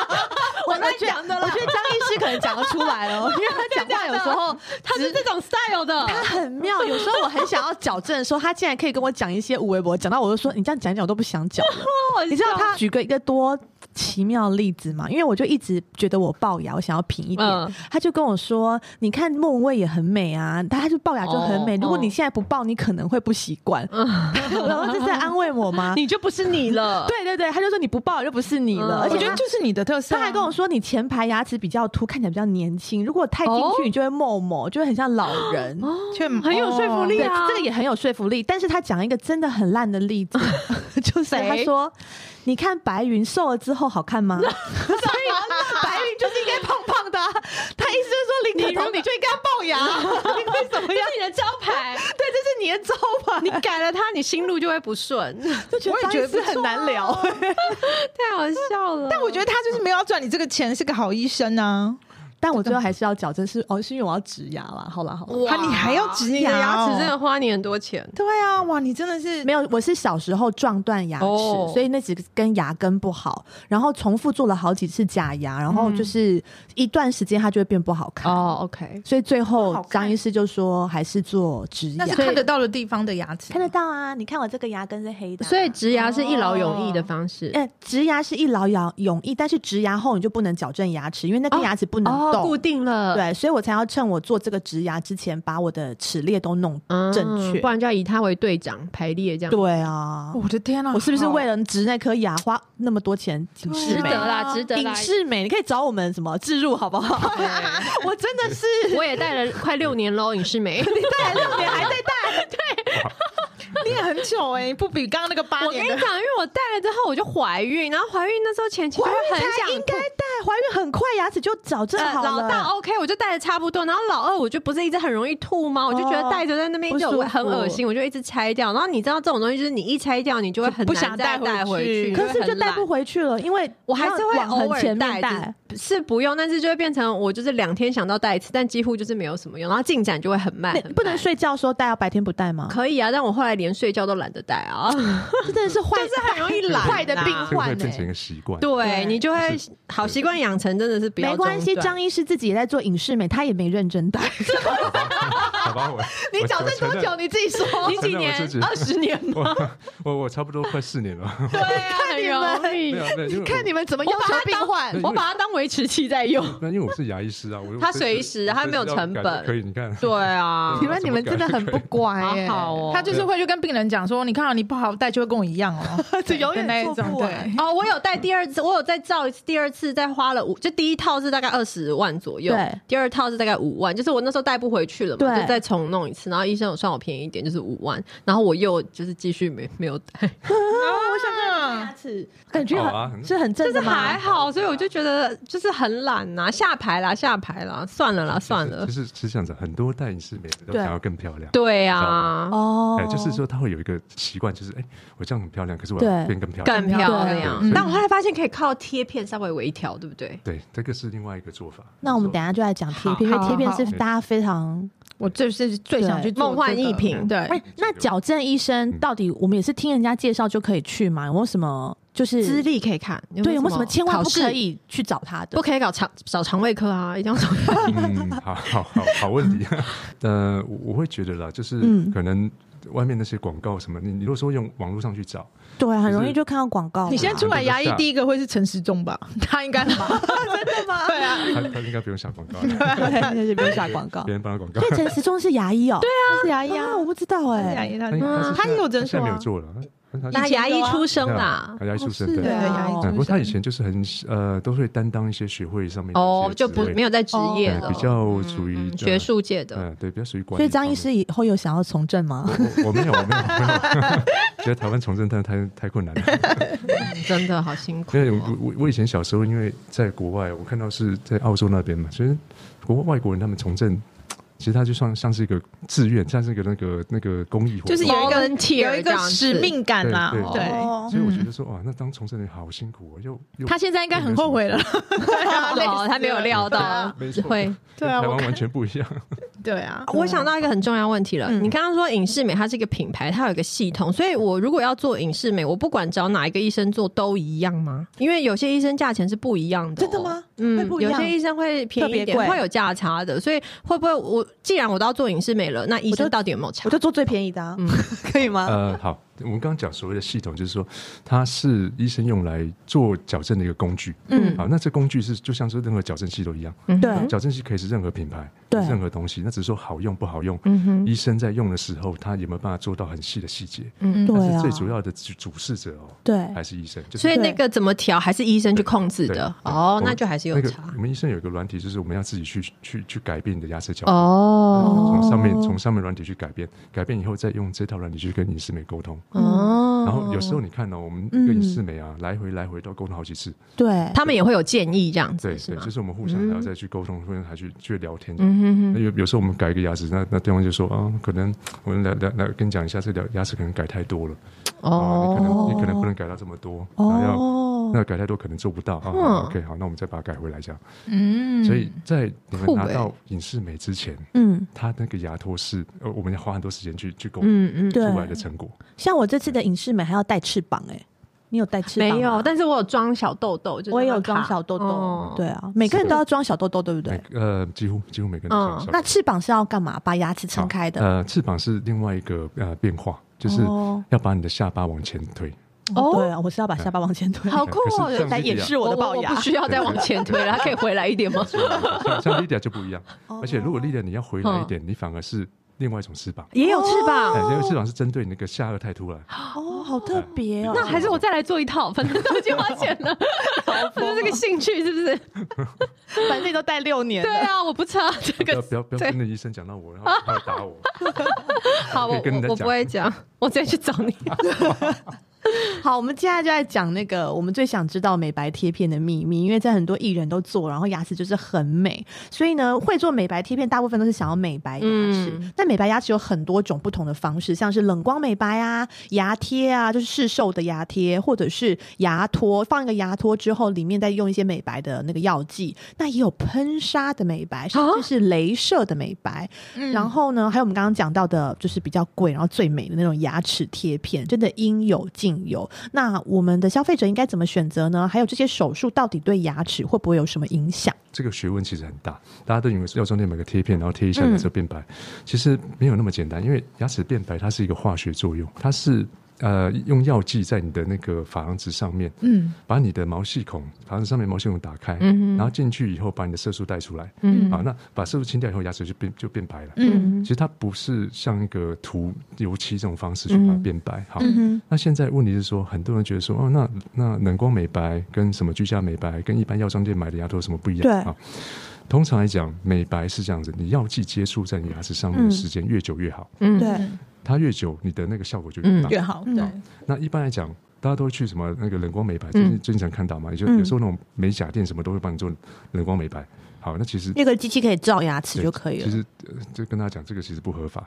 Speaker 1: 我我觉得我觉得张医师可能讲得出来哦，因为他讲话有时候
Speaker 4: 他是这种 style 的，
Speaker 1: 他很妙，有时候我很想要矫正的时候，他竟然可以跟我讲一些无微博，讲到我就说你这样讲一讲我都不想讲 了。你知道他举个一个多奇妙的例子吗？因为我就一直觉得我龅牙，我想要平一点。
Speaker 4: 嗯
Speaker 1: 他就跟我说：“你看莫文蔚也很美啊，她就龅牙就很美。
Speaker 4: 哦嗯
Speaker 1: 如果你现在不龅，你可能会不习惯。 然后这是在安慰我吗？
Speaker 4: 你就不是你了，
Speaker 1: 对对对，他就说你不龅就不是你了，
Speaker 4: 嗯
Speaker 1: 而
Speaker 3: 我
Speaker 1: 且
Speaker 3: 觉
Speaker 1: 他
Speaker 3: 得就是你的特色啊。
Speaker 1: 他还跟我说，你前排牙齿比较凸，看起来比较年轻。如果太进
Speaker 4: 哦
Speaker 1: 去，你就会冒冒，就会很像老人。
Speaker 3: 却哦
Speaker 4: 很有说服力
Speaker 1: 对，
Speaker 4: 啊，
Speaker 1: 这个也很有说服力。但是他讲一个真的很烂的例子，就是
Speaker 4: 谁
Speaker 1: 他说：“你看白云瘦了之后好看吗？”所以白云就是应该胖胖的啊、他意思就是说林可彤你就应该龅牙，你为什么要？
Speaker 4: 你的招 牌，
Speaker 1: 对，这是你的招吧？
Speaker 4: 你改了它，你心路就会不 顺，
Speaker 1: 就觉
Speaker 3: 我也觉得啊
Speaker 1: 张医师很难聊。
Speaker 4: 太好笑 了。
Speaker 3: 但我觉得他就是没有要赚你这个钱，是个好医生啊。
Speaker 1: 但我最后还是要矫正，是哦，是因为我要植牙啦。好啦，好啦。
Speaker 4: 哇
Speaker 3: 啊你还要植
Speaker 4: 你的
Speaker 3: 牙哦
Speaker 4: 牙齿真的花你很多钱。
Speaker 3: 对啊，哇，你真的是
Speaker 1: 没有，我是小时候撞断牙齿，
Speaker 4: 哦
Speaker 1: 所以那几根牙根不好，然后重复做了好几次假牙，然后就是一段时间它就会变不好看。
Speaker 4: 嗯哦，OK，
Speaker 1: 所以最后
Speaker 3: 好看
Speaker 1: 张医师就说还是做植牙，
Speaker 3: 那是
Speaker 1: 所以
Speaker 3: 看得到的地方的牙齿，
Speaker 1: 看得到啊！你看我这个牙根是黑的啊、
Speaker 4: 所以植牙是一劳永逸的方式。
Speaker 1: 呃，植牙是一劳永永逸，但是植牙后你就不能矫正牙齿，因为那根
Speaker 4: 哦
Speaker 1: 牙齿不能动。
Speaker 4: 哦要固定了，
Speaker 1: 对，所以我才要趁我做这个植牙之前，把我的齿列都弄。
Speaker 4: 嗯，
Speaker 1: 正确
Speaker 4: 不然就要以他为队长排列这样。
Speaker 1: 对啊，
Speaker 3: 我的天啊，
Speaker 1: 我是不是
Speaker 3: 好
Speaker 1: 为了植那颗牙花那么多钱？挺
Speaker 3: 对
Speaker 1: 适
Speaker 4: 值
Speaker 1: 美
Speaker 4: 得
Speaker 1: 的，
Speaker 4: 啦，值得啦
Speaker 1: 挺！适美，你可以找我们什么置入好不好？
Speaker 4: 啊
Speaker 1: 我真的是
Speaker 4: 我也戴了快六年喽，影视 美。
Speaker 1: 戴了六年还在戴，
Speaker 3: 你也很久哎、不比刚刚那个八
Speaker 4: 我跟
Speaker 3: 年
Speaker 4: 你
Speaker 3: 的
Speaker 4: 讲，因为我戴了之后我就怀孕，然后怀孕那时候前期就
Speaker 1: 怀
Speaker 4: 会
Speaker 1: 孕
Speaker 4: 很
Speaker 1: 才
Speaker 4: 想
Speaker 1: 应该戴， 怀孕很快牙齿就矫正
Speaker 4: 呃，
Speaker 1: 好了。
Speaker 4: 老大 OK，我就戴的差不多。然后老二，我就不是一直很容易吐吗？我就觉得戴着在那边
Speaker 1: 不
Speaker 4: 就
Speaker 1: 舒服
Speaker 4: 很恶心，我就一直拆掉。然后你知道这种东西，就是你一拆掉，你就会很
Speaker 3: 不
Speaker 4: 难
Speaker 3: 想
Speaker 4: 再
Speaker 3: 带
Speaker 4: 带
Speaker 3: 回
Speaker 4: 去，
Speaker 3: 去
Speaker 4: 你
Speaker 1: 可是
Speaker 4: 会
Speaker 1: 就
Speaker 4: 很
Speaker 1: 戴
Speaker 4: 懒
Speaker 1: 不。回去了，因为
Speaker 4: 我还是会
Speaker 1: 往
Speaker 4: 偶
Speaker 1: 很
Speaker 4: 尔
Speaker 1: 前
Speaker 4: 戴
Speaker 1: 面戴。，
Speaker 4: 只是不用，但是就会变成我就是两天想到戴一次，但几乎就是没有什么用，然后进展就会很慢
Speaker 1: 那。
Speaker 4: 很
Speaker 1: 不能
Speaker 4: 慢
Speaker 1: 睡觉的时候戴，要白天不戴吗？
Speaker 4: 可以啊，但我后来连睡觉都懒得戴 啊，
Speaker 1: 这真的是坏，
Speaker 4: 就是很容易懒、啊
Speaker 3: 坏的病
Speaker 5: 这个会
Speaker 3: 换
Speaker 5: 变
Speaker 3: 欸
Speaker 5: 成一个习惯。
Speaker 4: 对
Speaker 1: 对
Speaker 4: 你就会好习惯养成，真的是不要
Speaker 1: 没关系。
Speaker 4: 中断
Speaker 1: 张医师自己也在做影视美，他也没认真 戴。
Speaker 5: 好吧，我
Speaker 3: 你
Speaker 5: 我
Speaker 3: 矫正
Speaker 5: 我
Speaker 3: 多
Speaker 5: 承
Speaker 3: 久？
Speaker 5: 认
Speaker 3: 你自己说。
Speaker 4: 你几年
Speaker 5: 我自己？
Speaker 4: 二十年吗？
Speaker 5: 我我我差不多快四年了。
Speaker 4: 对啊，很容易
Speaker 5: 没有，没有，因为
Speaker 3: 你看你
Speaker 5: 们，
Speaker 3: 们怎么
Speaker 4: 我
Speaker 3: 要
Speaker 4: 把
Speaker 3: 求
Speaker 4: 它
Speaker 3: 病
Speaker 4: 当
Speaker 3: 患
Speaker 5: 对因，为
Speaker 4: 我把它当维持器在用。
Speaker 5: 那因为我是牙医师啊，我
Speaker 4: 他
Speaker 5: 随
Speaker 4: 随时他没有成本
Speaker 5: 可以，你看，
Speaker 4: 对啊
Speaker 5: 你
Speaker 1: 请问你们真的很不乖
Speaker 4: 好
Speaker 1: 耶，
Speaker 4: 好哦。
Speaker 3: 他就是会去跟病人讲说，你看啊你不好带就会跟我一样哦，
Speaker 1: 就永
Speaker 3: 的那
Speaker 1: 远
Speaker 3: 一
Speaker 1: 做
Speaker 3: 种
Speaker 1: 不完
Speaker 3: 对。
Speaker 4: 哦，我有戴第二次，我有再照一次，第二次再花了五，就第一套是大概二十万左右，
Speaker 1: 对，
Speaker 4: 第二套是大概五万，就是我那时候带不回去了嘛，
Speaker 1: 对
Speaker 4: 就再重弄一次，然后医生有算我便宜一点，就是五万，然后我又就是继续没没有戴，
Speaker 3: 我想
Speaker 4: 啊
Speaker 1: 牙 齿感觉
Speaker 5: 好啊
Speaker 1: 很是很
Speaker 4: 就
Speaker 1: 正
Speaker 4: 是
Speaker 1: 的吗
Speaker 4: 还？好，所以我就觉得就是很懒呐、下排啦，下排啦，算了啦，算了
Speaker 5: 其，实其实这样子，很多戴影视美的都
Speaker 1: 对
Speaker 5: 想要更漂亮。
Speaker 4: 对
Speaker 5: 知道
Speaker 4: 啊
Speaker 5: 吗，
Speaker 1: 哦
Speaker 5: 哎，就是说他会有一个习惯，就是哎，我这样很漂亮，可是我
Speaker 1: 对
Speaker 5: 要变更漂亮。
Speaker 4: 更漂
Speaker 1: 对
Speaker 4: 亮
Speaker 5: 嗯。
Speaker 4: 但我后来发现可以靠贴片稍微微调，对不对？
Speaker 5: 对，这个是另外一个做法。
Speaker 1: 那我们等一下就来讲贴片，因
Speaker 3: 好
Speaker 1: 为贴片
Speaker 3: 好
Speaker 1: 是
Speaker 5: 好
Speaker 1: 大家非常
Speaker 3: 我就是最想去做
Speaker 4: 梦幻
Speaker 3: 这个嗯
Speaker 4: 一品
Speaker 3: 对，
Speaker 1: 哎，那矫正医
Speaker 5: 嗯
Speaker 1: 生到底我们也是听人家介绍就可以去吗？有没有什么就是
Speaker 4: 资历可以看，
Speaker 1: 对有没有什么千万
Speaker 4: 考
Speaker 1: 不
Speaker 4: 试
Speaker 1: 可以去找他的
Speaker 4: 不？可以搞肠找肠胃科啊，一定要找。
Speaker 5: 嗯，好好好好问题。 呃，我我会觉得啦，就是
Speaker 1: 嗯
Speaker 5: 可能外面那些广告什么，你你如果说用网络上去找，
Speaker 1: 对啊，很容
Speaker 5: 就
Speaker 1: 易
Speaker 5: 是
Speaker 1: 就看到广告嘛。
Speaker 3: 你先出来 牙医第一个会是陈时中吧？ 他应该很忙 对啊，
Speaker 5: 他他应该不用下广告，
Speaker 1: 那就不用下广告。
Speaker 5: 别人帮他广告
Speaker 1: 所。以陈时中是牙医哦，对
Speaker 3: 他是牙医啊
Speaker 1: 啊，我不知道
Speaker 3: 他是牙
Speaker 1: 哎，
Speaker 3: 医，他
Speaker 5: 他
Speaker 3: 是
Speaker 5: 他是
Speaker 3: 他也有诊所
Speaker 5: 现在没有
Speaker 3: 啊，
Speaker 5: 做了，他
Speaker 4: 那牙医出生啦，
Speaker 5: 他牙医出身
Speaker 1: 哦是
Speaker 5: 对
Speaker 1: 啊。
Speaker 3: 牙医
Speaker 1: 哦
Speaker 3: 出
Speaker 5: 嗯，
Speaker 3: 身
Speaker 5: 不过他以前就是很呃，都会担当一些学会上面的
Speaker 4: 哦
Speaker 5: 一些，
Speaker 4: 就不
Speaker 5: 职位
Speaker 4: 没有在职业
Speaker 5: 对
Speaker 4: 了，
Speaker 5: 比较属于
Speaker 4: 嗯
Speaker 5: 呃
Speaker 4: 学术界的。
Speaker 5: 嗯，对，比较属于管
Speaker 1: 所
Speaker 5: 理
Speaker 1: 以
Speaker 5: 方
Speaker 1: 张
Speaker 5: 面。
Speaker 1: 医师以后有想要从政吗？
Speaker 5: 我，我没有，我没有，我没有 觉得台湾重政太太太困难了。
Speaker 4: 真的好辛苦
Speaker 5: 因为
Speaker 4: 哦。
Speaker 5: 我我我以前小时候，因为在国外，我看到是在澳洲那边嘛，其实国外国人他们从政，其实他就像像是一个志愿，像是一个那个那个公益活
Speaker 3: 就
Speaker 5: 动，
Speaker 3: 是有一个
Speaker 4: Volunteer
Speaker 3: 有一
Speaker 4: 这
Speaker 3: 个
Speaker 4: 样子
Speaker 3: 使命感啦
Speaker 5: 对，对
Speaker 3: 对。
Speaker 1: 哦
Speaker 5: 所以我觉得说哇，那当从政人好辛苦哦，又又
Speaker 3: 嗯他现在应该很后悔 了，
Speaker 4: 哦，他没有料到
Speaker 5: 没错
Speaker 4: 会。
Speaker 3: 对
Speaker 5: 跟
Speaker 3: 啊
Speaker 5: 台
Speaker 3: 我
Speaker 5: 湾
Speaker 3: 看
Speaker 5: 完全不一样，
Speaker 3: 对啊，
Speaker 4: 我想到一个很重要问题了，你刚刚说影视美它是一个品牌，它有一个系统，所以我如果要做影视美，我不管找哪一个医生做都一样吗？因为有些医生价钱是不一样的、
Speaker 1: 真的吗会
Speaker 4: 嗯，
Speaker 1: 不一
Speaker 4: 有
Speaker 1: 样
Speaker 4: 些医生会便宜一
Speaker 1: 特别
Speaker 4: 点，
Speaker 1: 贵
Speaker 4: 会有价差的，所以会不会我既然我都要做影视美了，那医
Speaker 1: 我
Speaker 4: 生
Speaker 1: 就
Speaker 4: 到底有没有差
Speaker 1: 我？就做最便宜的，啊，可以吗？
Speaker 5: 呃，好，我们刚刚讲所谓的系统，就是说它是医生用来做矫正的一个工具。
Speaker 4: 嗯
Speaker 5: 好，那这工具是就像是任何矫正器都一样，
Speaker 4: 嗯
Speaker 1: 对
Speaker 5: 矫正器可以是任何品牌，
Speaker 1: 对
Speaker 5: 任何东西，那只是说好用不好用。
Speaker 4: 嗯哼，
Speaker 5: 医生在用的时候，他有没有办法做到很细的细节？
Speaker 4: 嗯
Speaker 1: 对
Speaker 5: 但
Speaker 1: 啊
Speaker 5: 是最主要的主主事者哦，
Speaker 1: 对
Speaker 5: 还是医生。就是
Speaker 4: 所以那个怎么调还是医生去控制
Speaker 5: 对
Speaker 4: 的
Speaker 5: 对
Speaker 4: 哦
Speaker 5: 我，
Speaker 4: 那就还是有
Speaker 5: 那个
Speaker 4: 差
Speaker 5: 我们医生有一个软体，就是我们要自己去去去改变你的牙齿矫正。
Speaker 4: 哦
Speaker 5: 从上面
Speaker 1: 哦
Speaker 5: 从上面软体去改变，改变以后再用这套软体去跟影视美沟通。
Speaker 4: 哦，
Speaker 5: 嗯
Speaker 4: 嗯
Speaker 5: 然后有时候你看哦，我们跟影视美啊、来回来回都沟通好几次，
Speaker 1: 对，
Speaker 4: 他们也会有建议这样
Speaker 5: 对
Speaker 4: 子，是
Speaker 5: 对，
Speaker 4: 吗
Speaker 5: 就？是我们互相还要再去沟通，互相还去去聊天。
Speaker 4: 嗯哼哼
Speaker 5: 那有有时候我们改一个牙齿，那那对方就说啊，可能我们来来来跟你讲一下，这条牙齿可能改太多了，
Speaker 4: 哦
Speaker 5: 啊，你可能你可能不能改到这么多，然后要
Speaker 1: 哦，
Speaker 5: 那改太多可能做不到啊。
Speaker 4: 嗯
Speaker 5: 好 OK，好，那我们再把它改回来这样。
Speaker 3: 嗯
Speaker 5: 所以在你们
Speaker 4: 酷
Speaker 5: 拿
Speaker 4: 欸
Speaker 5: 到影视美之前，
Speaker 1: 嗯，
Speaker 5: 它那个牙托是呃，我们要花很多时间去去沟通
Speaker 4: 嗯嗯，
Speaker 1: 对
Speaker 5: 出，来的嗯成果。
Speaker 1: 像我这次的影视美还要带翅膀哎，你有带翅膀吗？
Speaker 4: 没有，但是我有装小豆豆，就是
Speaker 1: 我也有
Speaker 4: 让它
Speaker 1: 装小豆
Speaker 4: 哦
Speaker 1: 豆，对啊，每个人都要装小豆豆，对不
Speaker 5: 每
Speaker 1: 对？
Speaker 5: 呃，几乎几乎每个人都
Speaker 4: 嗯
Speaker 5: 上
Speaker 1: 那翅膀是要干嘛？把牙齿撑开的，
Speaker 5: 呃，翅膀是另外一个呃变化，就是
Speaker 1: 哦
Speaker 5: 要把你的下巴往前推。呃
Speaker 4: 哦
Speaker 1: 对啊，我是要把下巴往前推，
Speaker 4: 好酷
Speaker 5: 可
Speaker 4: 哦
Speaker 5: 是像
Speaker 1: 来掩
Speaker 5: Lydia-
Speaker 1: 饰我的龅牙
Speaker 4: 不。需要再往前推了，它可以回来一点 吗？
Speaker 5: 像像 Lydia 就不一样，
Speaker 1: 哦嗯
Speaker 5: 而且如果 Lydia 你要回来一点，你反而是另外一种翅膀，
Speaker 4: 也有翅膀
Speaker 5: 哎，因为翅膀是针对你那个下颚太突然，
Speaker 1: 哦，好特别哦，
Speaker 4: 那还是我再来做一套，反正都已经花钱 了，
Speaker 5: 啊
Speaker 4: 就是这个兴趣是不是？
Speaker 1: 反正你都戴六年
Speaker 4: 对
Speaker 1: 了，
Speaker 4: 啊，我不差这
Speaker 5: 不要
Speaker 4: 个。
Speaker 5: 不要不要
Speaker 4: 对
Speaker 5: 跟那医生讲到我，然后他会打我。
Speaker 4: 好，我
Speaker 5: 可以跟人
Speaker 4: 我
Speaker 5: 家
Speaker 4: 我
Speaker 5: 讲
Speaker 4: 不会讲， 我直接去找 你。
Speaker 1: 好，我们接下来就来讲那个我们最想知道美白贴片的秘密，因为在很多艺人都做，然后牙齿就是很美，所以呢，会做美白贴片大部分都是想要美白牙齿。
Speaker 4: 嗯
Speaker 1: 但美白牙齿有很多种不同的方式，像是冷光美白啊、牙贴啊，就是市售的牙贴，或者是牙托，放一个牙托之后，里面再用一些美白的那个药剂。那也有喷砂的美白，甚至是镭射的美白。然后呢，还有我们刚刚讲到的，就是比较贵，然后最美的那种牙齿贴片，真的应有尽有。那我们的消费者应该怎么选择呢？还有这些手术到底对牙齿会不会有什么影响？
Speaker 5: 这个学问其实很大，大家都以为是药妆店买个贴片，然后贴一
Speaker 4: 嗯
Speaker 5: 下牙齿就变白，其实没有那么简单，因为牙齿变白它是一个化学作用，它是呃用药剂在你的那个珐琅质上面，
Speaker 3: 嗯
Speaker 5: 把你的毛细孔，珐琅质上面毛细孔打开，
Speaker 4: 嗯哼
Speaker 5: 然后进去以后把你的色素带出来，
Speaker 4: 嗯
Speaker 5: 好，那把色素清掉以后，牙齿就变就变白了。
Speaker 3: 嗯
Speaker 5: 其实它不是像一个涂油漆这种方式去把它变白，好，
Speaker 1: 嗯
Speaker 5: 那现在问题是说，很多人觉得说，哦，那那冷光美白跟什么居家美白跟一般药妆店买的牙头有什么不一样？
Speaker 1: 对
Speaker 5: 啊，通常来讲，美白是这样子，你药剂接触在你牙齿上面的时间越久越好，
Speaker 4: 嗯，
Speaker 1: 对，
Speaker 5: 它越久你的那个效果就越大。
Speaker 3: 越好，
Speaker 1: 嗯
Speaker 3: 对，
Speaker 5: 那一般来讲。大家都会去什么那个冷光美白，最近最近常看到嘛，也就
Speaker 1: 嗯
Speaker 5: 有时候那种美甲店什么都会帮你做冷光美白。好，那其实
Speaker 1: 那个机器可以照牙齿
Speaker 5: 对
Speaker 1: 就可以
Speaker 5: 其
Speaker 1: 了。
Speaker 5: 实呃就跟大家讲，这个其实不合法。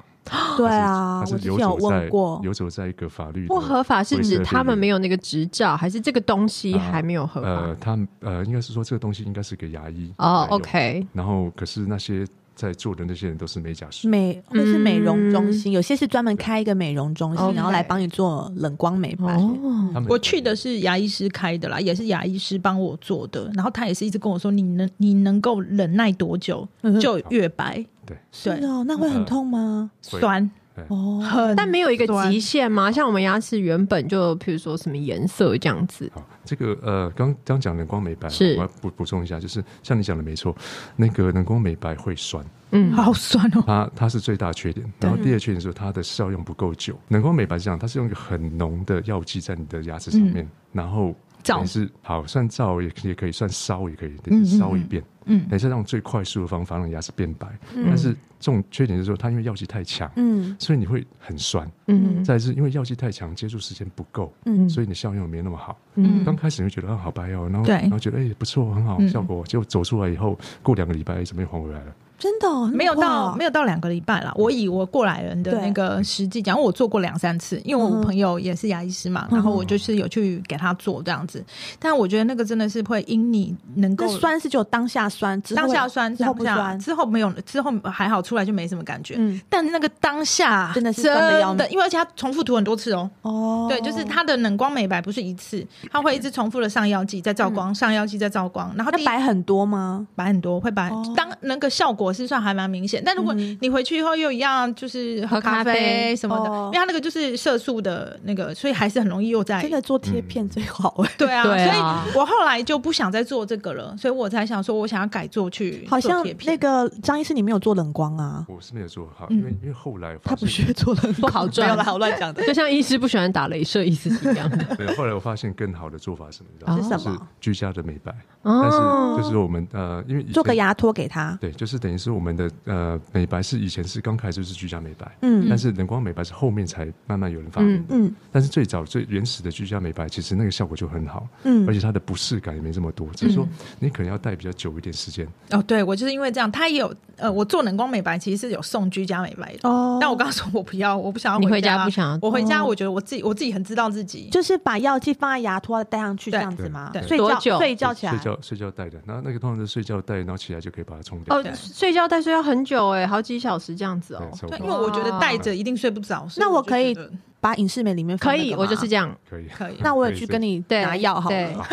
Speaker 1: 对
Speaker 4: 哎
Speaker 1: 啊，我
Speaker 5: 它是它是
Speaker 1: 之前有
Speaker 5: 游走
Speaker 1: 问
Speaker 5: 在
Speaker 1: 过。
Speaker 5: 游走在一个法律的
Speaker 4: 不合法是指他们没有那个执照，还是这个东西还没有合
Speaker 5: 呃
Speaker 4: 法？，
Speaker 5: 他们呃，应该是说这个东西应该是给牙医
Speaker 4: 哦
Speaker 5: 来用
Speaker 4: ，OK，
Speaker 5: 然后可是那些在做的那些人都是美甲师，
Speaker 1: 美或是美容中
Speaker 4: 嗯
Speaker 1: 心，有些是专门开一个美容中心，
Speaker 4: OK
Speaker 1: 然后来帮你做冷光美白。
Speaker 4: 哦，
Speaker 5: 他们
Speaker 3: 我去的是牙医师开的啦，也是牙医师帮我做的，然后他也是一直跟我说，你能你能够忍耐多久
Speaker 1: 嗯
Speaker 3: 就越白，
Speaker 5: 对
Speaker 1: 是
Speaker 3: 对，
Speaker 1: 哦，那会很痛吗？
Speaker 5: 会
Speaker 3: 酸
Speaker 1: 哦，
Speaker 3: 很，
Speaker 4: 但没有一个
Speaker 3: 酸
Speaker 4: 极限吗？像我们牙齿原本就，譬如说什么颜色这样子，
Speaker 5: 好，这个呃，刚刚讲冷光美白，啊
Speaker 4: 是
Speaker 5: 我要补补充一下，就是像你讲的没错，那个冷光美白会酸，
Speaker 4: 嗯，
Speaker 3: 好酸哦，
Speaker 5: 它它是最大缺点。然后第二缺点是它的效用不够久。冷光美白是这样，它是用一个很浓的药剂在你的牙齿上
Speaker 3: 嗯
Speaker 5: 面，然后
Speaker 3: 照
Speaker 5: 等于是好算照也也可以，算烧也可以，
Speaker 3: 嗯
Speaker 5: 等于是
Speaker 3: 嗯
Speaker 5: 烧一
Speaker 3: 嗯
Speaker 5: 遍，
Speaker 3: 嗯
Speaker 5: 等于是让最快速的方法让牙齿变白。但是这种缺点就是说，它因为药剂太强，
Speaker 1: 嗯
Speaker 5: 所以你会很酸。
Speaker 4: 嗯
Speaker 5: 再来是因为药剂太强，接触时间不够，
Speaker 1: 嗯，
Speaker 5: 所以你效用没那么好。
Speaker 4: 嗯
Speaker 5: 刚开始你会觉得啊好白哦，然后
Speaker 3: 对
Speaker 5: 然后觉得哎、不错，很好
Speaker 3: 嗯
Speaker 5: 效果，结果走出来以后，过两个礼拜哎怎么又还回来了？
Speaker 1: 真的哦
Speaker 3: 没有到没
Speaker 1: 有
Speaker 3: 有到两个礼拜啦，我以我过来人的那个实际讲，因为我做过两三次，因为
Speaker 1: 嗯
Speaker 3: 我
Speaker 1: 哼嗯
Speaker 3: 朋友也是牙医师嘛，然后我就是有去给他做这样子，但我觉得那个真的是会因你能够
Speaker 1: 那酸是只有当下酸，之后
Speaker 3: 当下酸，
Speaker 1: 之后不
Speaker 3: 当下
Speaker 1: 酸，
Speaker 3: 之后没有，之后还好，出来就没什么感觉。
Speaker 1: 嗯
Speaker 3: 但那个当下啊
Speaker 1: 真的是
Speaker 3: 真
Speaker 1: 酸得要
Speaker 3: 的，
Speaker 1: 命
Speaker 3: 因为而且它重复涂很多次哦。
Speaker 1: 哦，
Speaker 3: 对，就是它的冷光美白不是一次，它会一直重复的上药剂，再照光，上药剂再照光，然后
Speaker 1: 嗯
Speaker 3: 第
Speaker 1: 那
Speaker 3: 一
Speaker 1: 白很多吗？
Speaker 3: 白很多，会白
Speaker 1: 哦。嗯
Speaker 3: 当那个效果是算还蛮明显，但如果你回去以后又一样，就是喝
Speaker 4: 喝
Speaker 3: 咖
Speaker 4: 咖
Speaker 3: 啡
Speaker 4: 啡
Speaker 3: 什么的，
Speaker 1: 哦
Speaker 3: 因为它那个就是色素的那个，所以还是很容易又在
Speaker 1: 真的做贴
Speaker 3: 嗯
Speaker 1: 片最好哎，
Speaker 3: 对啊，
Speaker 4: 对啊
Speaker 3: 所以我后来就不想再做这个了，所以我才想说，我想要改做去
Speaker 1: 好
Speaker 3: 做
Speaker 1: 像
Speaker 3: 贴片
Speaker 1: 那个张医师你没有做冷光啊，
Speaker 5: 我是没有做好，
Speaker 3: 嗯
Speaker 5: 因为因为后来
Speaker 1: 他
Speaker 5: 发
Speaker 1: 不
Speaker 5: 现，
Speaker 1: 是做冷光，
Speaker 4: 不好 赚
Speaker 1: 没有啦，我乱讲的。
Speaker 4: 就像医师不喜欢打镭射，意思是一样的。
Speaker 5: 对后来我发现更好的做法是什么？你知道
Speaker 4: 啊
Speaker 5: 吗？
Speaker 1: 是什
Speaker 5: 是
Speaker 1: 么？
Speaker 5: 居家的美白，但
Speaker 4: 哦，
Speaker 5: 是就是我们呃，因为以前
Speaker 1: 做个牙托给他，
Speaker 5: 对，就是等于是我们的呃美白是以前是刚开始就是居家美白，
Speaker 1: 嗯
Speaker 5: 但是冷光美白是后面才慢慢有人发明的。
Speaker 1: 嗯
Speaker 5: 但是最早最原始的居家美白，其实那个效果就很好，
Speaker 1: 嗯
Speaker 5: 而且它的不适感也没这么多，只是说你可能要戴比较久一点时间。
Speaker 3: 哦，对我就是因为这样，他也有呃，我做冷光美白其实是有送居家美白的。
Speaker 1: 哦
Speaker 3: 但我刚刚说我不要，我不想要
Speaker 4: 你
Speaker 3: 回
Speaker 4: 回家不想要
Speaker 3: 我回家
Speaker 1: 哦
Speaker 3: 我觉得我自己我自己很知道自己，
Speaker 1: 就是把药剂放在牙托啊戴上去这
Speaker 3: 对
Speaker 1: 样子吗？
Speaker 3: 对
Speaker 1: 睡
Speaker 4: 多
Speaker 1: 觉
Speaker 4: 久
Speaker 1: 睡觉起来，
Speaker 5: 睡觉睡觉戴的，然后那个通常是睡觉戴，然后起来就可以把它冲掉。
Speaker 4: 哦，睡觉戴睡要很久哎，好几小时这样子哦
Speaker 5: 对，。差不
Speaker 3: 对，因
Speaker 5: 多
Speaker 3: 为我觉得戴着一定睡不着。所以
Speaker 1: 那我
Speaker 3: 就
Speaker 1: 可以
Speaker 3: 觉得
Speaker 1: 把影视美里面放
Speaker 4: 可
Speaker 1: 那
Speaker 4: 以，
Speaker 1: 个
Speaker 4: 我
Speaker 1: 吗
Speaker 4: 就是这样。
Speaker 5: 可以。
Speaker 3: 可以，
Speaker 1: 那我也
Speaker 5: 可以
Speaker 1: 去
Speaker 5: 是
Speaker 1: 跟你
Speaker 4: 对
Speaker 1: 拿药好
Speaker 4: 对
Speaker 1: 了，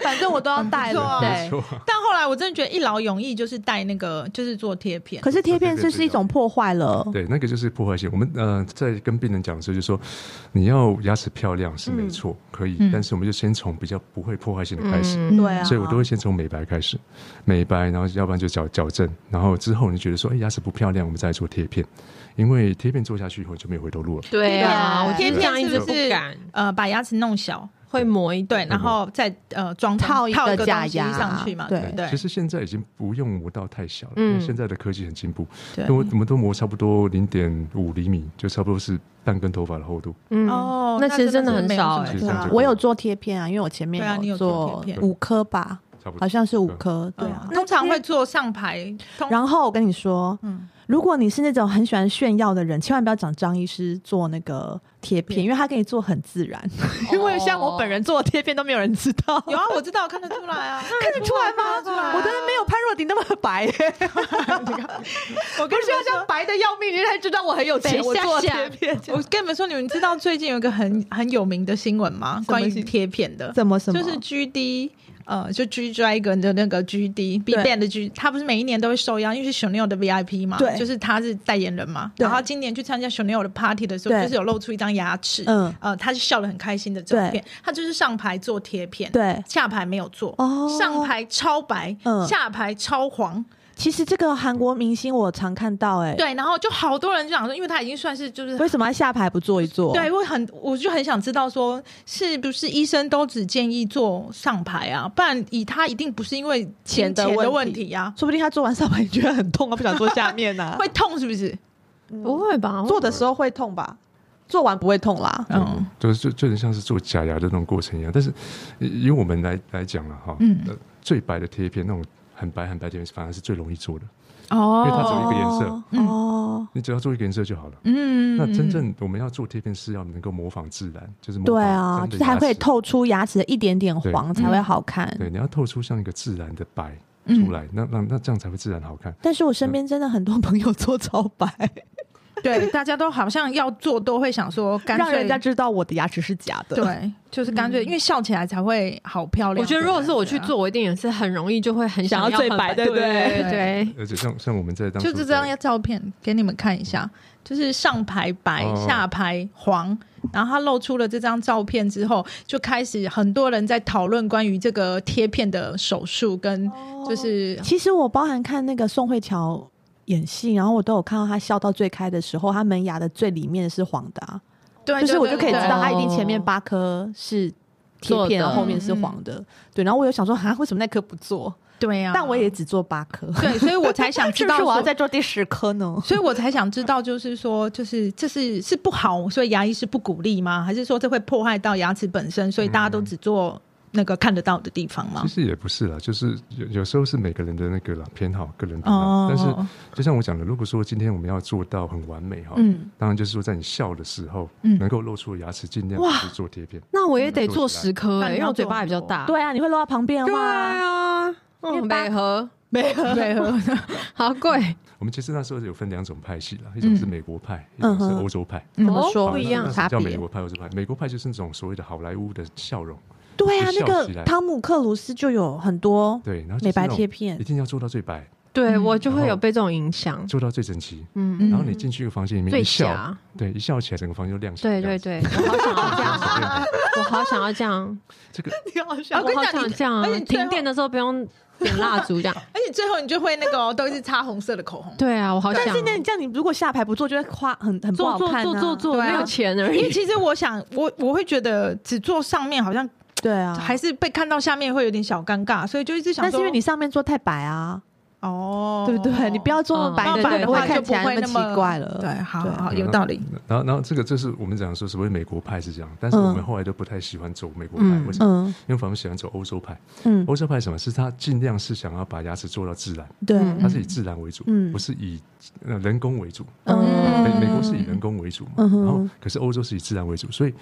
Speaker 1: 反正我都要戴了。
Speaker 3: 啊
Speaker 4: 对
Speaker 5: 错，
Speaker 3: 但后来我真的觉得一劳永逸就是戴那个就是做贴片，
Speaker 1: 可是贴片
Speaker 5: 对对
Speaker 1: 是
Speaker 5: 对
Speaker 1: 是一种破坏了，
Speaker 3: 哦
Speaker 5: 对，那个就是破坏性。我们呃，在跟病人讲的时候，就说你要牙齿漂亮是没错，可以
Speaker 3: 嗯，
Speaker 5: 但是我们就先从比较不会破坏性的开始。
Speaker 4: 嗯
Speaker 1: 对啊，
Speaker 5: 所以我都会先从美白开始，美白，然后要不然就矫矫正，然后之后你觉得说，哎，牙齿不漂亮，我们再来做贴片，因为贴片做下去以后就没有回头路了。
Speaker 4: 对啊，我
Speaker 3: 贴
Speaker 4: 就是这样
Speaker 3: 片
Speaker 4: 一
Speaker 3: 是
Speaker 4: 直
Speaker 3: 不
Speaker 4: 不
Speaker 3: 是
Speaker 4: 敢，
Speaker 3: 呃把牙齿弄小，
Speaker 4: 会磨一
Speaker 3: 对，
Speaker 5: 嗯
Speaker 3: 然后再呃装
Speaker 1: 套
Speaker 3: 一
Speaker 1: 一
Speaker 3: 套
Speaker 1: 个
Speaker 3: 个
Speaker 1: 假
Speaker 3: 东西
Speaker 1: 牙
Speaker 3: 上去嘛，
Speaker 1: 对
Speaker 3: 不对
Speaker 5: 哎其？实现在已经不用磨到太小了，
Speaker 4: 嗯
Speaker 5: 因为现在的科技很进步，
Speaker 3: 对哦
Speaker 5: 我我们都磨差不多零点五厘米，就差不多是半根头发的厚度。
Speaker 4: 嗯
Speaker 3: 哦，
Speaker 4: 那其实真的很少
Speaker 5: 其
Speaker 4: 哎
Speaker 5: 实。
Speaker 3: 啊
Speaker 5: 这样就
Speaker 1: 啊我有做贴片啊，因为我前面
Speaker 3: 对啊你有做
Speaker 1: 做
Speaker 3: 贴片嗯
Speaker 1: 五颗吧，
Speaker 5: 差不多
Speaker 1: 好像是五颗，对啊。
Speaker 3: 通常会做上排，通
Speaker 1: 然后我跟你说，
Speaker 3: 嗯
Speaker 1: 如果你是那种很喜欢炫耀的人，千万不要找张医师做那个贴片，因为他给你做很自然。因为像我本人做的贴片都哦没有人知道，
Speaker 3: 有啊，我知道看得出来啊，
Speaker 1: 看得出来吗？我的没有潘若迪那么白耶，
Speaker 3: 我跟
Speaker 1: 不需要像 白的要命，人家才知道我很有钱。
Speaker 4: 等
Speaker 1: 我
Speaker 4: 一下
Speaker 1: 做
Speaker 4: 下
Speaker 1: 贴片，
Speaker 3: 我跟你们说，你们知道最近有一个很很有名的新闻吗？关于贴片的，
Speaker 1: 怎么什么？
Speaker 3: 就是 GD，呃，就 G Dragon 的那个 GD，Big
Speaker 1: 对
Speaker 3: Bang 的 G，他不是每一年都会受邀，因为是 Chanel 的 VIP 嘛，
Speaker 1: 对
Speaker 3: 就是他是代言人嘛。
Speaker 1: 对
Speaker 3: 然后今年去参加 Chanel 的 party 的时候，
Speaker 1: 对
Speaker 3: 就是有露出一张牙齿，
Speaker 1: 嗯
Speaker 3: 呃，他是笑得很开心的照
Speaker 1: 对
Speaker 3: 片，他就是上排做贴片，，
Speaker 1: 对，
Speaker 3: 下排没有做，
Speaker 1: 哦
Speaker 3: 上排超白，
Speaker 1: 嗯
Speaker 3: 下排超黄，
Speaker 1: 其实这个韩国明星我常看到，哎，
Speaker 3: 对，然后就好多人就想说，因为他已经算是就是
Speaker 1: 为什么要下排不做一做？
Speaker 3: 对，我很我就很想知道说，是不是医生都只建议做上排啊？不然以他一定不是因为
Speaker 1: 钱的
Speaker 3: 的
Speaker 1: 问
Speaker 3: 问
Speaker 1: 题
Speaker 3: 题啊，
Speaker 1: 说不定他做完上排你觉得很痛啊，不想做下面 呐、
Speaker 3: 会痛是不是？
Speaker 4: 不会吧？
Speaker 1: 做的时候会痛吧？做完不会痛啦。
Speaker 3: 嗯
Speaker 5: 嗯，就是就就很像是做假牙的那种过程一样。但是以以我们来来讲了哈，
Speaker 3: 嗯
Speaker 5: 呃最白的贴片那种很白很白的贴片反而是最容易做的，因为它只
Speaker 3: 哦，
Speaker 5: 有一个颜色，
Speaker 3: 嗯
Speaker 1: 哦，
Speaker 5: 你只要做一个颜色就好了。
Speaker 3: 嗯
Speaker 5: 那真正我们要做贴片是要能够模仿自然，就是模仿
Speaker 1: 对啊，
Speaker 5: 真
Speaker 1: 就
Speaker 5: 的
Speaker 1: 是还
Speaker 5: 牙齿
Speaker 1: 会透出牙齿的一点点黄
Speaker 3: 对
Speaker 1: 才会好看。
Speaker 5: 对，你要透出像一个自然的白
Speaker 3: 嗯
Speaker 5: 出来，那那那这样才会自然好看。
Speaker 1: 但是我身边真的很多朋友做超白，
Speaker 3: 嗯 对，大家都好像要做都会想说，干
Speaker 1: 让
Speaker 3: 脆
Speaker 1: 人家知道我的牙齿是假的。，
Speaker 3: 对，就是干脆、因为笑起来才会好漂亮。
Speaker 4: 我觉得如果是
Speaker 3: 啊
Speaker 4: 我去，做，我一定也是很容易就会很
Speaker 1: 想要
Speaker 4: 要
Speaker 1: 最
Speaker 4: 很
Speaker 1: 白的
Speaker 4: 对
Speaker 1: 对
Speaker 4: 对对。
Speaker 5: 而且像像我们在当初
Speaker 3: 就是这
Speaker 5: 在
Speaker 3: 张照片给你们看一下，就是上排白，
Speaker 5: 哦
Speaker 3: 下排黄。然后他露出了这张照片之后，就开始很多人在讨论关于这个贴片的手术跟就是
Speaker 1: 其实我包含看那个宋慧乔演戏，然后我都有看到她笑到最开的时候，她门牙的最里面是黄的、啊，
Speaker 3: 对，
Speaker 1: 就是我
Speaker 3: 对
Speaker 1: 就可以知
Speaker 3: 对
Speaker 1: 道她一定
Speaker 4: 哦
Speaker 1: 前面八颗是。贴片，
Speaker 4: 做的
Speaker 1: 然后后面是黄
Speaker 3: 嗯
Speaker 1: 的，对。然后我有想说，啊哈，为什么那颗不做？
Speaker 3: 对呀、
Speaker 1: 但我也只做八颗，
Speaker 3: 对，所以我 才啊想知
Speaker 1: 是
Speaker 3: 道
Speaker 1: 不是我要
Speaker 3: 说
Speaker 1: 再做第十颗呢？
Speaker 3: 所以我才想知道，就是说，就是这是是不好，所以牙医是不鼓励吗？还是说这会破坏到牙齿本身，所以大家都只做那个看得到的地方吗
Speaker 5: 其？实也不嗯是啦，就是有有时候是每个人的那个啦偏好，个人偏好。
Speaker 3: 哦，
Speaker 5: 但是就像我讲的，如果说今天我们要做到很完美哈，
Speaker 3: 嗯
Speaker 5: 当然就是说在你笑的时候，
Speaker 3: 嗯
Speaker 5: 能够露出的牙齿，尽量
Speaker 4: 哇
Speaker 5: 去做贴片。
Speaker 4: 那我也得做十颗
Speaker 3: 那
Speaker 4: 欸，
Speaker 3: 你
Speaker 4: 因
Speaker 3: 要
Speaker 4: 为我嘴巴也比较大。
Speaker 1: 对啊，你会落到旁边的
Speaker 4: 对
Speaker 1: 话，
Speaker 4: 啊，
Speaker 1: 为
Speaker 4: 嗯，
Speaker 1: 八
Speaker 4: 百合
Speaker 1: 没 有
Speaker 3: 对，
Speaker 4: 好贵，
Speaker 5: 我们其实那时候有分两种派系啦，一种是美国派，一种
Speaker 1: 嗯
Speaker 5: 是
Speaker 1: 哼
Speaker 5: 欧洲派。
Speaker 1: 怎么
Speaker 4: 哦
Speaker 1: 说
Speaker 5: 好
Speaker 4: 不一
Speaker 5: 那
Speaker 4: 样
Speaker 5: 那什
Speaker 1: 差
Speaker 5: 么嗯叫
Speaker 1: 别
Speaker 5: 美国派、欧洲派。美国派就是那种所谓的好莱坞的笑容，
Speaker 1: 对啊，
Speaker 5: 就
Speaker 1: 那
Speaker 5: 笑起
Speaker 1: 个
Speaker 5: 来
Speaker 1: 汤姆克鲁斯就有很多
Speaker 5: 对，然后就是
Speaker 1: 美白
Speaker 5: 那种
Speaker 1: 贴片
Speaker 5: 一，定要做到最白，
Speaker 4: 对
Speaker 3: 嗯
Speaker 4: 我就会
Speaker 5: 然
Speaker 4: 有
Speaker 5: 后
Speaker 4: 被这种影响。
Speaker 5: 做到最整齐。
Speaker 4: 嗯，
Speaker 5: 然后你进去一个房间里面
Speaker 4: 最
Speaker 5: 一笑，
Speaker 4: 假，
Speaker 5: 对，一笑起来整个房间就亮起来。
Speaker 4: 对对
Speaker 5: 这样子
Speaker 4: 对，我好想要这样， 我好想要这样，
Speaker 5: 这个
Speaker 4: 我
Speaker 3: 哦我跟
Speaker 4: 好
Speaker 3: 你
Speaker 4: 想
Speaker 3: 讲，你
Speaker 4: 这样啊
Speaker 3: 而且！最后
Speaker 4: 停电的时候不用点蜡烛这样。
Speaker 3: 而且最后你就会那个 哦、都一直擦红色的口红。
Speaker 4: 对啊，我好想
Speaker 1: 但是那你这样，你如果下排不做，就会花很很不
Speaker 4: 做
Speaker 1: 好
Speaker 4: 做
Speaker 1: 看
Speaker 4: 做
Speaker 1: 啊
Speaker 4: 做做，
Speaker 3: 对啊
Speaker 4: 没有钱而
Speaker 3: 因为
Speaker 4: 已。
Speaker 3: 其实我想，我我会觉得只做上面好像
Speaker 1: 对啊，
Speaker 3: 还是被看到下面会有点小尴尬，所以就一直想
Speaker 1: 但
Speaker 3: 说，
Speaker 1: 是因为你上面做太白啊，
Speaker 3: 哦，
Speaker 1: 对不对？你不要做那么白
Speaker 4: 哦
Speaker 1: 的，不
Speaker 4: 那白
Speaker 1: 然
Speaker 4: 的
Speaker 1: 的
Speaker 4: 话
Speaker 1: 话看起来
Speaker 3: 就不会
Speaker 1: 么
Speaker 3: 那
Speaker 1: 奇
Speaker 3: 么
Speaker 1: 怪了。
Speaker 3: 对，好
Speaker 1: 对
Speaker 3: 好有道理。
Speaker 5: 嗯然后，然后这个这是我们讲说所谓美国派是这样，但是我们
Speaker 1: 嗯
Speaker 5: 后来都不太喜欢走美国派，
Speaker 4: 嗯
Speaker 5: 为什么？
Speaker 1: 嗯
Speaker 5: 因为反而喜欢走欧洲派。
Speaker 1: 嗯，
Speaker 5: 欧洲派是什么？是他尽量是想要把牙齿做到自然，
Speaker 1: 对，
Speaker 4: 嗯
Speaker 5: 它是以自然为主，
Speaker 1: 嗯
Speaker 5: 不是以呃人工为主。美
Speaker 1: 嗯
Speaker 5: 美国是以人工为主嘛，
Speaker 1: 嗯哼
Speaker 5: 然后可是欧洲是以自然为主，所以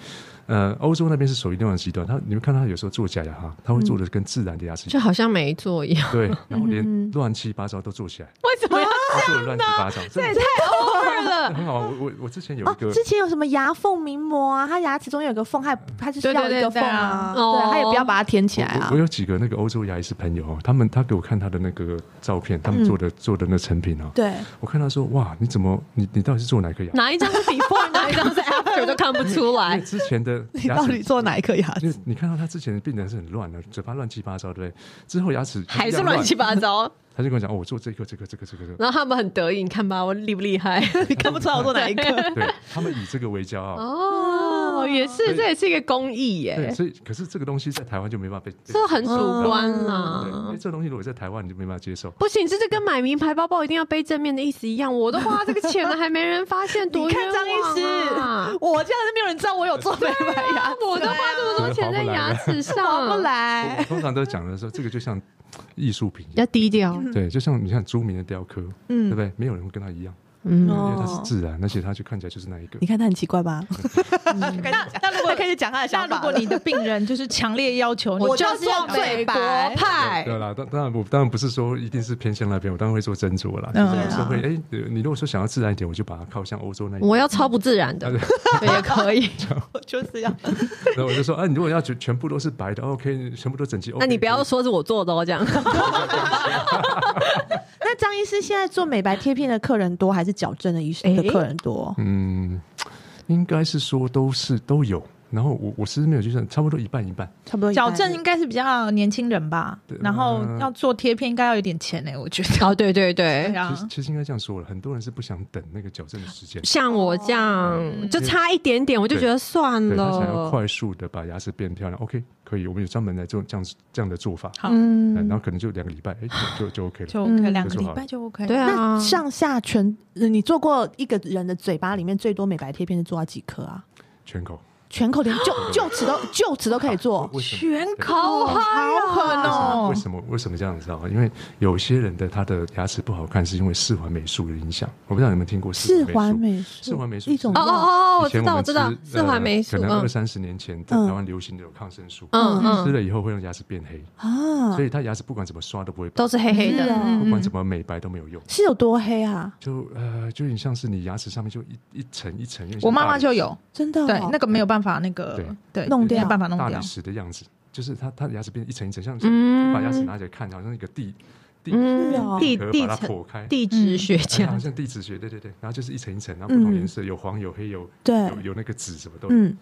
Speaker 5: 呃，欧洲那边是属于另外的极端。他你们看他有时候做假牙哈，他会做的跟自然的牙齿一
Speaker 4: 就
Speaker 5: 样，
Speaker 4: 好像没做一样，
Speaker 5: 对，然后
Speaker 1: 嗯
Speaker 5: 连乱七八糟都做起来。
Speaker 4: 为什么要
Speaker 5: 他是我乱七八糟，这也太
Speaker 4: ，over 了。
Speaker 5: 很好。我我我之前有一
Speaker 1: 哦
Speaker 5: 个，，
Speaker 1: 之前有什么牙缝名膜啊？它牙齿中有一个缝，它它就是
Speaker 3: 对
Speaker 1: 要
Speaker 3: 对
Speaker 1: 一
Speaker 3: 对
Speaker 1: 个
Speaker 3: 对
Speaker 1: 缝啊，
Speaker 3: 啊
Speaker 4: 哦
Speaker 1: 对，它也不要把它填起来
Speaker 5: 我
Speaker 1: 啊
Speaker 5: 我我。有几个那个欧洲牙医师朋友哦，他们他给我看他的那个照片，他们做的、做的那成品哦，
Speaker 1: 对，
Speaker 5: 我看他说哇，你怎么你你到底是做哪颗牙？
Speaker 4: 哪一张是 before，哪一张是 after 都看不出
Speaker 5: 因
Speaker 4: 来
Speaker 5: 为。之前的
Speaker 3: 你
Speaker 5: 牙
Speaker 3: 到
Speaker 5: 齿
Speaker 3: 底。做哪一颗牙齿？
Speaker 5: 因为你看到他之前的病人是很乱的，嘴巴乱七八糟，对不对？之后牙齿
Speaker 4: 还
Speaker 5: 一
Speaker 4: 是
Speaker 5: 样
Speaker 4: 乱七八糟，
Speaker 5: 他就跟我讲，哦，我做这个、这个、这个、这 个、这个，
Speaker 4: 然后他们很得意，你看吧，我厉不厉 害？
Speaker 3: 你看不出来我做哪一颗？
Speaker 5: 对他们以这个为骄傲。
Speaker 4: 哦，也是，
Speaker 5: 对
Speaker 4: 这也是一个公益
Speaker 5: 对，
Speaker 4: 耶，
Speaker 5: 所以可是这个东西在台湾就没办法被，
Speaker 4: 这很啊主观啦。
Speaker 5: 对，因为这个东西如果在台湾你就没办法接受。
Speaker 4: 不行，这就跟买名牌包包一定要背正面的意思一样。我都花这个钱了，还没人发现，多
Speaker 3: 你看
Speaker 4: 冤
Speaker 3: 张医
Speaker 4: 枉啊！
Speaker 3: 师，我这样是没有人知道我有做美白牙
Speaker 4: 啊，我都花这么多钱在牙齿上，
Speaker 1: 划不来
Speaker 5: 我。通常都讲的说，这个就像艺术品一样
Speaker 4: 要，低 调。
Speaker 5: 对，就像你看朱明的雕刻，对不对？没有人会跟他一样，
Speaker 4: 嗯，
Speaker 5: 因为它是
Speaker 1: 哦
Speaker 5: 自然，而且它就看起来就是那一个
Speaker 1: 你。看它很奇怪吧？
Speaker 3: 那那如果开始讲他的想法，如果你的病人就是强烈要求你，
Speaker 2: 我
Speaker 3: 就
Speaker 2: 就是要美
Speaker 4: 国
Speaker 2: 白，
Speaker 4: 派
Speaker 5: 对啦，当当然我当然不是说一定是偏向那边，我当然会做斟酌啦。
Speaker 3: 嗯
Speaker 5: 就是有时候会，哎，你如果说想要自然一点，我就把它靠向欧洲那一边。
Speaker 4: 我要超不自 然的，对也可以。
Speaker 3: 我就是要
Speaker 5: 然后我就说，啊，你如果要全全部都是白的，OK，全部都整齐，OK。
Speaker 4: 那你不要说是我做的哦，这样。
Speaker 1: 那张医师现在做美白贴片的客人多，还是矫正的医生的客人多？
Speaker 5: 嗯，应该是说都是都有。然后我我其实没有计算，差不多一半一半。
Speaker 1: 差不多一半
Speaker 3: 矫正应该是比较年轻人吧
Speaker 5: 对，
Speaker 3: 然后
Speaker 5: 嗯
Speaker 3: 要做贴片应该要有点钱哎，我觉得。
Speaker 4: 哦，对对
Speaker 3: 对
Speaker 4: 对，
Speaker 5: 其
Speaker 3: 啊
Speaker 5: 实，其实应该这样说了，很多人是不想等那个矫正的时间，
Speaker 4: 像我这
Speaker 1: 哦
Speaker 4: 样就差一点点，我就觉得算
Speaker 5: 对他想要
Speaker 4: 了。
Speaker 5: 快速的把牙齿变漂亮。OK，可以，我们有专门来做这样子这样的做法。
Speaker 3: 好，
Speaker 5: 嗯，然
Speaker 1: 嗯，
Speaker 5: 后可能就两个礼拜，哎，就就就 OK 了。
Speaker 3: 就 OK，
Speaker 1: 嗯
Speaker 3: 两个
Speaker 5: 就
Speaker 3: 礼
Speaker 5: 好
Speaker 3: 拜
Speaker 5: 了
Speaker 3: 就 OK。
Speaker 4: 对，啊
Speaker 1: 那，上下全，呃你做过一个人的嘴巴里面最多美白贴片是做到几颗啊？
Speaker 5: 全口，
Speaker 1: 全口连 臼臼齿都臼齿都可以
Speaker 4: 哦
Speaker 1: 做，
Speaker 5: 为什么？
Speaker 3: 全
Speaker 4: 好
Speaker 3: 哦
Speaker 1: 好狠
Speaker 5: 为
Speaker 1: 哦！
Speaker 5: 什么为什么这样子啊？因为有些人的他的牙齿不好看，是因为四环美术的影响。我不知道你们听过
Speaker 1: 四
Speaker 5: 环
Speaker 1: 环
Speaker 5: 美术。
Speaker 1: 美术，
Speaker 5: 四环美术
Speaker 1: 一种
Speaker 4: 哦
Speaker 1: 药
Speaker 4: 哦哦，我
Speaker 5: 以前
Speaker 4: 知道，
Speaker 5: 们
Speaker 4: 我知道，
Speaker 5: 吃
Speaker 4: 四环美
Speaker 5: 呃
Speaker 4: 术，
Speaker 5: 可能二
Speaker 4: 嗯
Speaker 5: 三十年前在
Speaker 1: 嗯
Speaker 5: 台湾流行的有抗生素，
Speaker 4: 嗯
Speaker 5: 吃
Speaker 4: 嗯，
Speaker 5: 了以后会让牙齿变黑，
Speaker 3: 哦
Speaker 1: 啊
Speaker 5: 所，以他牙齿不管怎么刷都不会白，
Speaker 4: 嗯都是黑黑
Speaker 1: 是
Speaker 4: 的。
Speaker 1: 啊
Speaker 5: 不
Speaker 3: 嗯
Speaker 5: 管怎么美白都没有用。
Speaker 1: 是有多黑啊？
Speaker 5: 就呃，就有点像是你牙齿上面就一一层一层，有点像
Speaker 3: 嗯我妈
Speaker 5: 大
Speaker 3: 妈
Speaker 5: 理
Speaker 3: 就有，
Speaker 1: 真的哦
Speaker 3: 对，那个没有办法，那个对
Speaker 1: 弄
Speaker 3: 没有
Speaker 1: 掉
Speaker 3: 办法弄
Speaker 5: 大
Speaker 3: 掉
Speaker 5: 理。石的样子，就是它它牙齿变一层一层，像
Speaker 4: 嗯
Speaker 5: 把牙齿拿起来看，好像一个地地
Speaker 4: 嗯
Speaker 1: 是嗯哦
Speaker 4: 地
Speaker 5: 壳
Speaker 4: 地
Speaker 5: 把它
Speaker 4: 层
Speaker 5: 破开，
Speaker 4: 地质学
Speaker 5: 哎
Speaker 4: 家
Speaker 5: 好，像地质学，对对对，然后就是一层一层，然后不同
Speaker 1: 嗯
Speaker 5: 颜色，有黄有黑有
Speaker 1: 对
Speaker 5: 有有那个紫什么都有。
Speaker 1: 嗯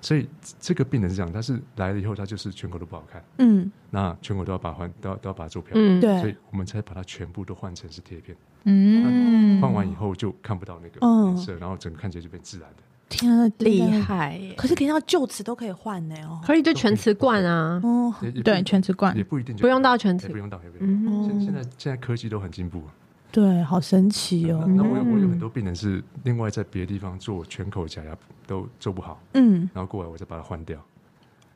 Speaker 5: 所以这个病人是这样，他是来了以后，他就是全口都不好看，
Speaker 1: 嗯，
Speaker 5: 那全口都要把它换都要都要把它做漂亮，
Speaker 4: 嗯，
Speaker 5: 所以
Speaker 1: 对，
Speaker 5: 我们才把它全部都换成是贴片，
Speaker 3: 嗯，
Speaker 5: 换完以后就看不到那个
Speaker 1: 嗯
Speaker 5: 颜色，然后整个看起来就变自然的。
Speaker 1: 天啊，
Speaker 4: 厉
Speaker 1: 真的！
Speaker 4: 害耶，
Speaker 1: 可是连到臼齿都可以换呢哦。
Speaker 4: 可以就全瓷冠啊，
Speaker 1: 哦，
Speaker 5: 也也不
Speaker 3: 对全瓷冠
Speaker 5: 也，不一定就
Speaker 4: 不用到全瓷
Speaker 5: 也不用到也不用到。
Speaker 4: 嗯，
Speaker 5: 现现
Speaker 1: 哦
Speaker 5: 在现在科技都很进步，
Speaker 1: 对，好神奇
Speaker 5: 那
Speaker 1: 哦。
Speaker 5: 那我有我有很多病人是另外在别的地方做全口假牙都做不好，
Speaker 1: 嗯，
Speaker 5: 然后过来我再把它换掉。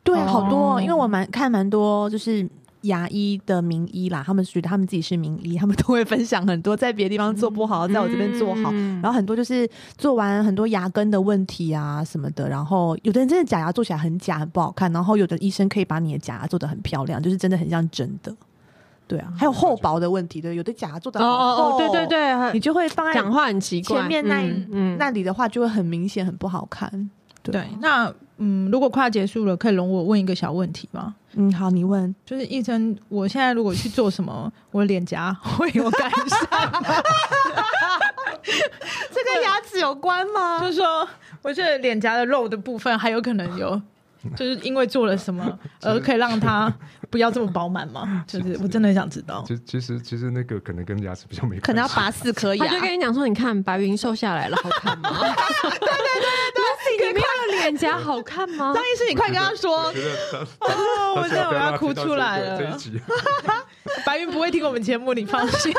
Speaker 1: 对，
Speaker 3: 哦
Speaker 1: 好多哦，因为我蛮看蛮多就是。牙医的名医啦，他们觉得他们自己是名医，他们都会分享很多在别的地方做不好，在我这边做好，
Speaker 4: 嗯
Speaker 1: 然后很多就是做完很多牙根的问题啊什么的，然后有的人真的假牙做起来很假，很不好看，然后有的医生可以把你的假牙做的很漂亮，就是真的很像真的，对啊，还有厚薄的问题，对，有的假牙做的
Speaker 4: 哦哦哦，对对，
Speaker 1: 你
Speaker 4: 对，
Speaker 1: 就会放在
Speaker 4: 讲话很奇怪，
Speaker 1: 前面那一
Speaker 4: 嗯嗯
Speaker 1: 那里的话就会很明显，很不好看。
Speaker 3: 对。那嗯，如果快要结束了，可以容我问一个小问题吗？
Speaker 1: 嗯，好，你问，
Speaker 3: 就是医生，我现在如果去做什么，我的脸颊会有改 善吗？
Speaker 1: 这跟牙齿有关吗？
Speaker 3: 就是说，我觉得脸颊的肉的部分还有可能有，就是因为做了什 么而可以让它不要这么饱满吗？就是我真的很想知道。
Speaker 5: 其其实其实那个可能跟牙齿比较没关系，
Speaker 1: 哦可能要 拔四颗牙
Speaker 4: 他，就跟你讲说，你看白云瘦下来了，好看 吗？对对对对对，你没有脸颊好看 吗
Speaker 3: 张？医师，你快跟他说
Speaker 5: 我，觉得
Speaker 3: 哦我
Speaker 5: 我
Speaker 3: 真的我要哭出来
Speaker 5: 这一
Speaker 3: 了。
Speaker 5: 集，
Speaker 3: 白云不会听我们节目，你放 心。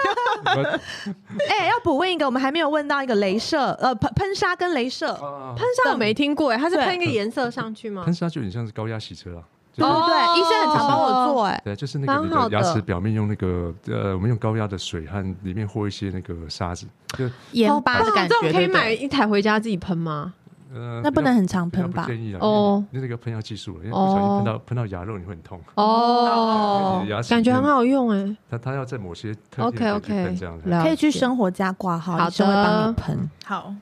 Speaker 1: 哎、要补问一个，我们还没有问到一个镭射，呃，喷喷砂跟镭射，
Speaker 4: 喷砂我没听过哎，他是喷一个颜色上去吗
Speaker 5: 喷？砂就有点像是高压洗车啊。就
Speaker 1: 对
Speaker 5: 是
Speaker 1: 不对？
Speaker 4: 哦
Speaker 1: 医生很常帮我做、哎，
Speaker 5: 对，就是那个你
Speaker 4: 蛮好
Speaker 5: 的
Speaker 4: 的
Speaker 5: 牙齿表面用那个呃，我们用高压的水和里面和一些那个沙子，就
Speaker 1: 盐巴的
Speaker 4: 哇
Speaker 1: 感
Speaker 4: 哦这种
Speaker 1: 觉，
Speaker 4: 可以
Speaker 1: 对不对
Speaker 4: 买一台回家自己喷吗？
Speaker 5: 呃，
Speaker 1: 那不能很常
Speaker 5: 比较
Speaker 1: 喷吧
Speaker 5: 不？建议啊，
Speaker 4: 哦
Speaker 5: 哦，那个喷药技术了，因为不小心
Speaker 4: 哦
Speaker 5: 喷到喷到牙肉你会很痛。
Speaker 4: 哦
Speaker 5: 你的牙，齿
Speaker 4: 感觉很好用哎。
Speaker 5: 它它要在某些特定
Speaker 4: OK，
Speaker 5: 的地方去
Speaker 4: OK，
Speaker 5: 喷这样子，
Speaker 4: 了
Speaker 1: 可以去
Speaker 4: 解
Speaker 1: 生活家挂号，
Speaker 4: 好
Speaker 1: 医生会帮
Speaker 4: 的
Speaker 1: 你喷，
Speaker 3: 好，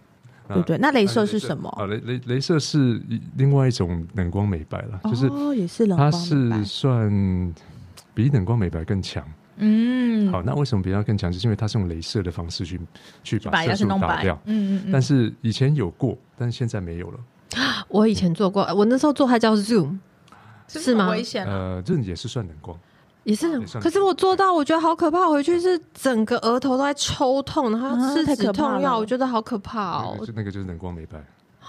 Speaker 5: 那
Speaker 1: 对不对？那镭
Speaker 5: 那
Speaker 1: 射是什么？
Speaker 5: 啊，镭镭镭射是一另外一种冷光美白了，呃就是
Speaker 1: 哦，也是冷
Speaker 5: 它
Speaker 1: 光美白
Speaker 5: 是算比冷光美白更强。
Speaker 3: 嗯，
Speaker 5: 好，那为什么比它更强？就是因为它是用镭射的方式去去
Speaker 3: 就
Speaker 5: 把
Speaker 3: 把牙
Speaker 5: 色
Speaker 3: 齿
Speaker 5: 素
Speaker 3: 弄
Speaker 5: 打
Speaker 3: 白
Speaker 5: 掉。，
Speaker 3: 嗯嗯嗯，
Speaker 5: 但是以前有过，但是现在没有了。
Speaker 4: 我以前做过，我那时候做还叫 Zoom，
Speaker 3: 是
Speaker 4: 是吗
Speaker 3: 危险啊，
Speaker 5: 呃，这也是算冷光。
Speaker 4: 也是很
Speaker 5: 也算
Speaker 4: 可是我做到，我觉得好可怕。回去是整个额头都在抽痛，然后
Speaker 1: 啊
Speaker 4: 吃
Speaker 1: 太
Speaker 4: 止
Speaker 1: 可怕
Speaker 4: 痛药，
Speaker 1: 了
Speaker 4: 我觉得好可怕
Speaker 5: 那
Speaker 4: 哦
Speaker 5: 个就那个就是冷光美白，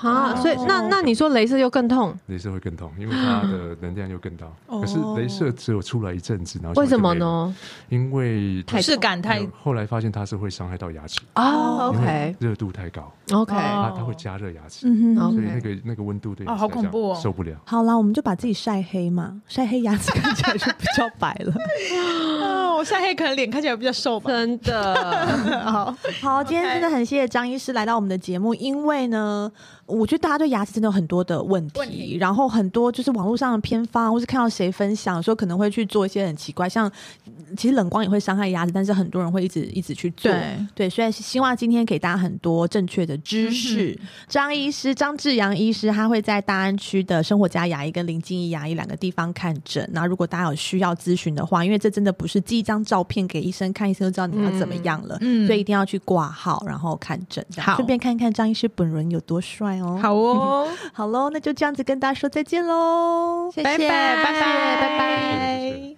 Speaker 4: 啊！所以
Speaker 1: 哦
Speaker 4: 那那你说镭射又更痛，
Speaker 5: 镭射会更痛，因为它的能量又更高。可是
Speaker 1: 哦
Speaker 5: 镭射只有出来一阵子，然后就
Speaker 4: 为什么
Speaker 5: 就没了？
Speaker 4: 呢？
Speaker 5: 因为
Speaker 4: 太
Speaker 3: 质感太
Speaker 5: 因为后来发现它是会伤害到牙齿，
Speaker 4: 哦
Speaker 5: 因
Speaker 4: ，OK
Speaker 5: 为热度太高，
Speaker 3: 哦
Speaker 4: OK，
Speaker 5: 它它会加热牙齿，
Speaker 1: 嗯
Speaker 4: 好
Speaker 1: 哼
Speaker 5: 所
Speaker 1: 哼。
Speaker 5: 以
Speaker 4: OK
Speaker 5: 那个那个温度对
Speaker 3: 哦
Speaker 5: 牙齿
Speaker 3: 好
Speaker 5: 来
Speaker 3: 恐
Speaker 5: 讲
Speaker 3: 怖哦
Speaker 5: 受不了。
Speaker 1: 好啦，我们就把自己晒黑嘛，晒黑牙齿看起来就比较白了。
Speaker 3: 啊，我晒黑可能脸看起来比较瘦 吧，
Speaker 4: 真的
Speaker 1: 好，今天真的很谢谢张医师来到我们的节目，因为呢，我觉得大家对牙齿真的有很多的问题，
Speaker 3: 问题
Speaker 1: 然后很多就是网络上的偏方，或是看到谁分享，有时候可能会去做一些很奇怪，像其实冷光也会伤害牙齿，但是很多人会一直一直去做，
Speaker 3: 对嗯
Speaker 1: 所以希望今天给大家很多正确的知识。张医师张志阳医师他会在大安区的生活家牙医跟林静怡牙医两个地方看诊，那如果大家有需要咨询的话，因为这真的不是寄一张照片给医生看，医生就知道你要怎么样了，
Speaker 3: 嗯嗯
Speaker 1: 所以一定要去挂号，然后看诊，这样
Speaker 3: 好
Speaker 1: 顺便看看张医师本人有多帅哦。，
Speaker 3: 好 哦，
Speaker 1: 好喽，那就这样子跟大家说再见喽，谢
Speaker 4: 拜拜
Speaker 1: 拜拜，
Speaker 4: 拜拜
Speaker 5: 谢谢谢谢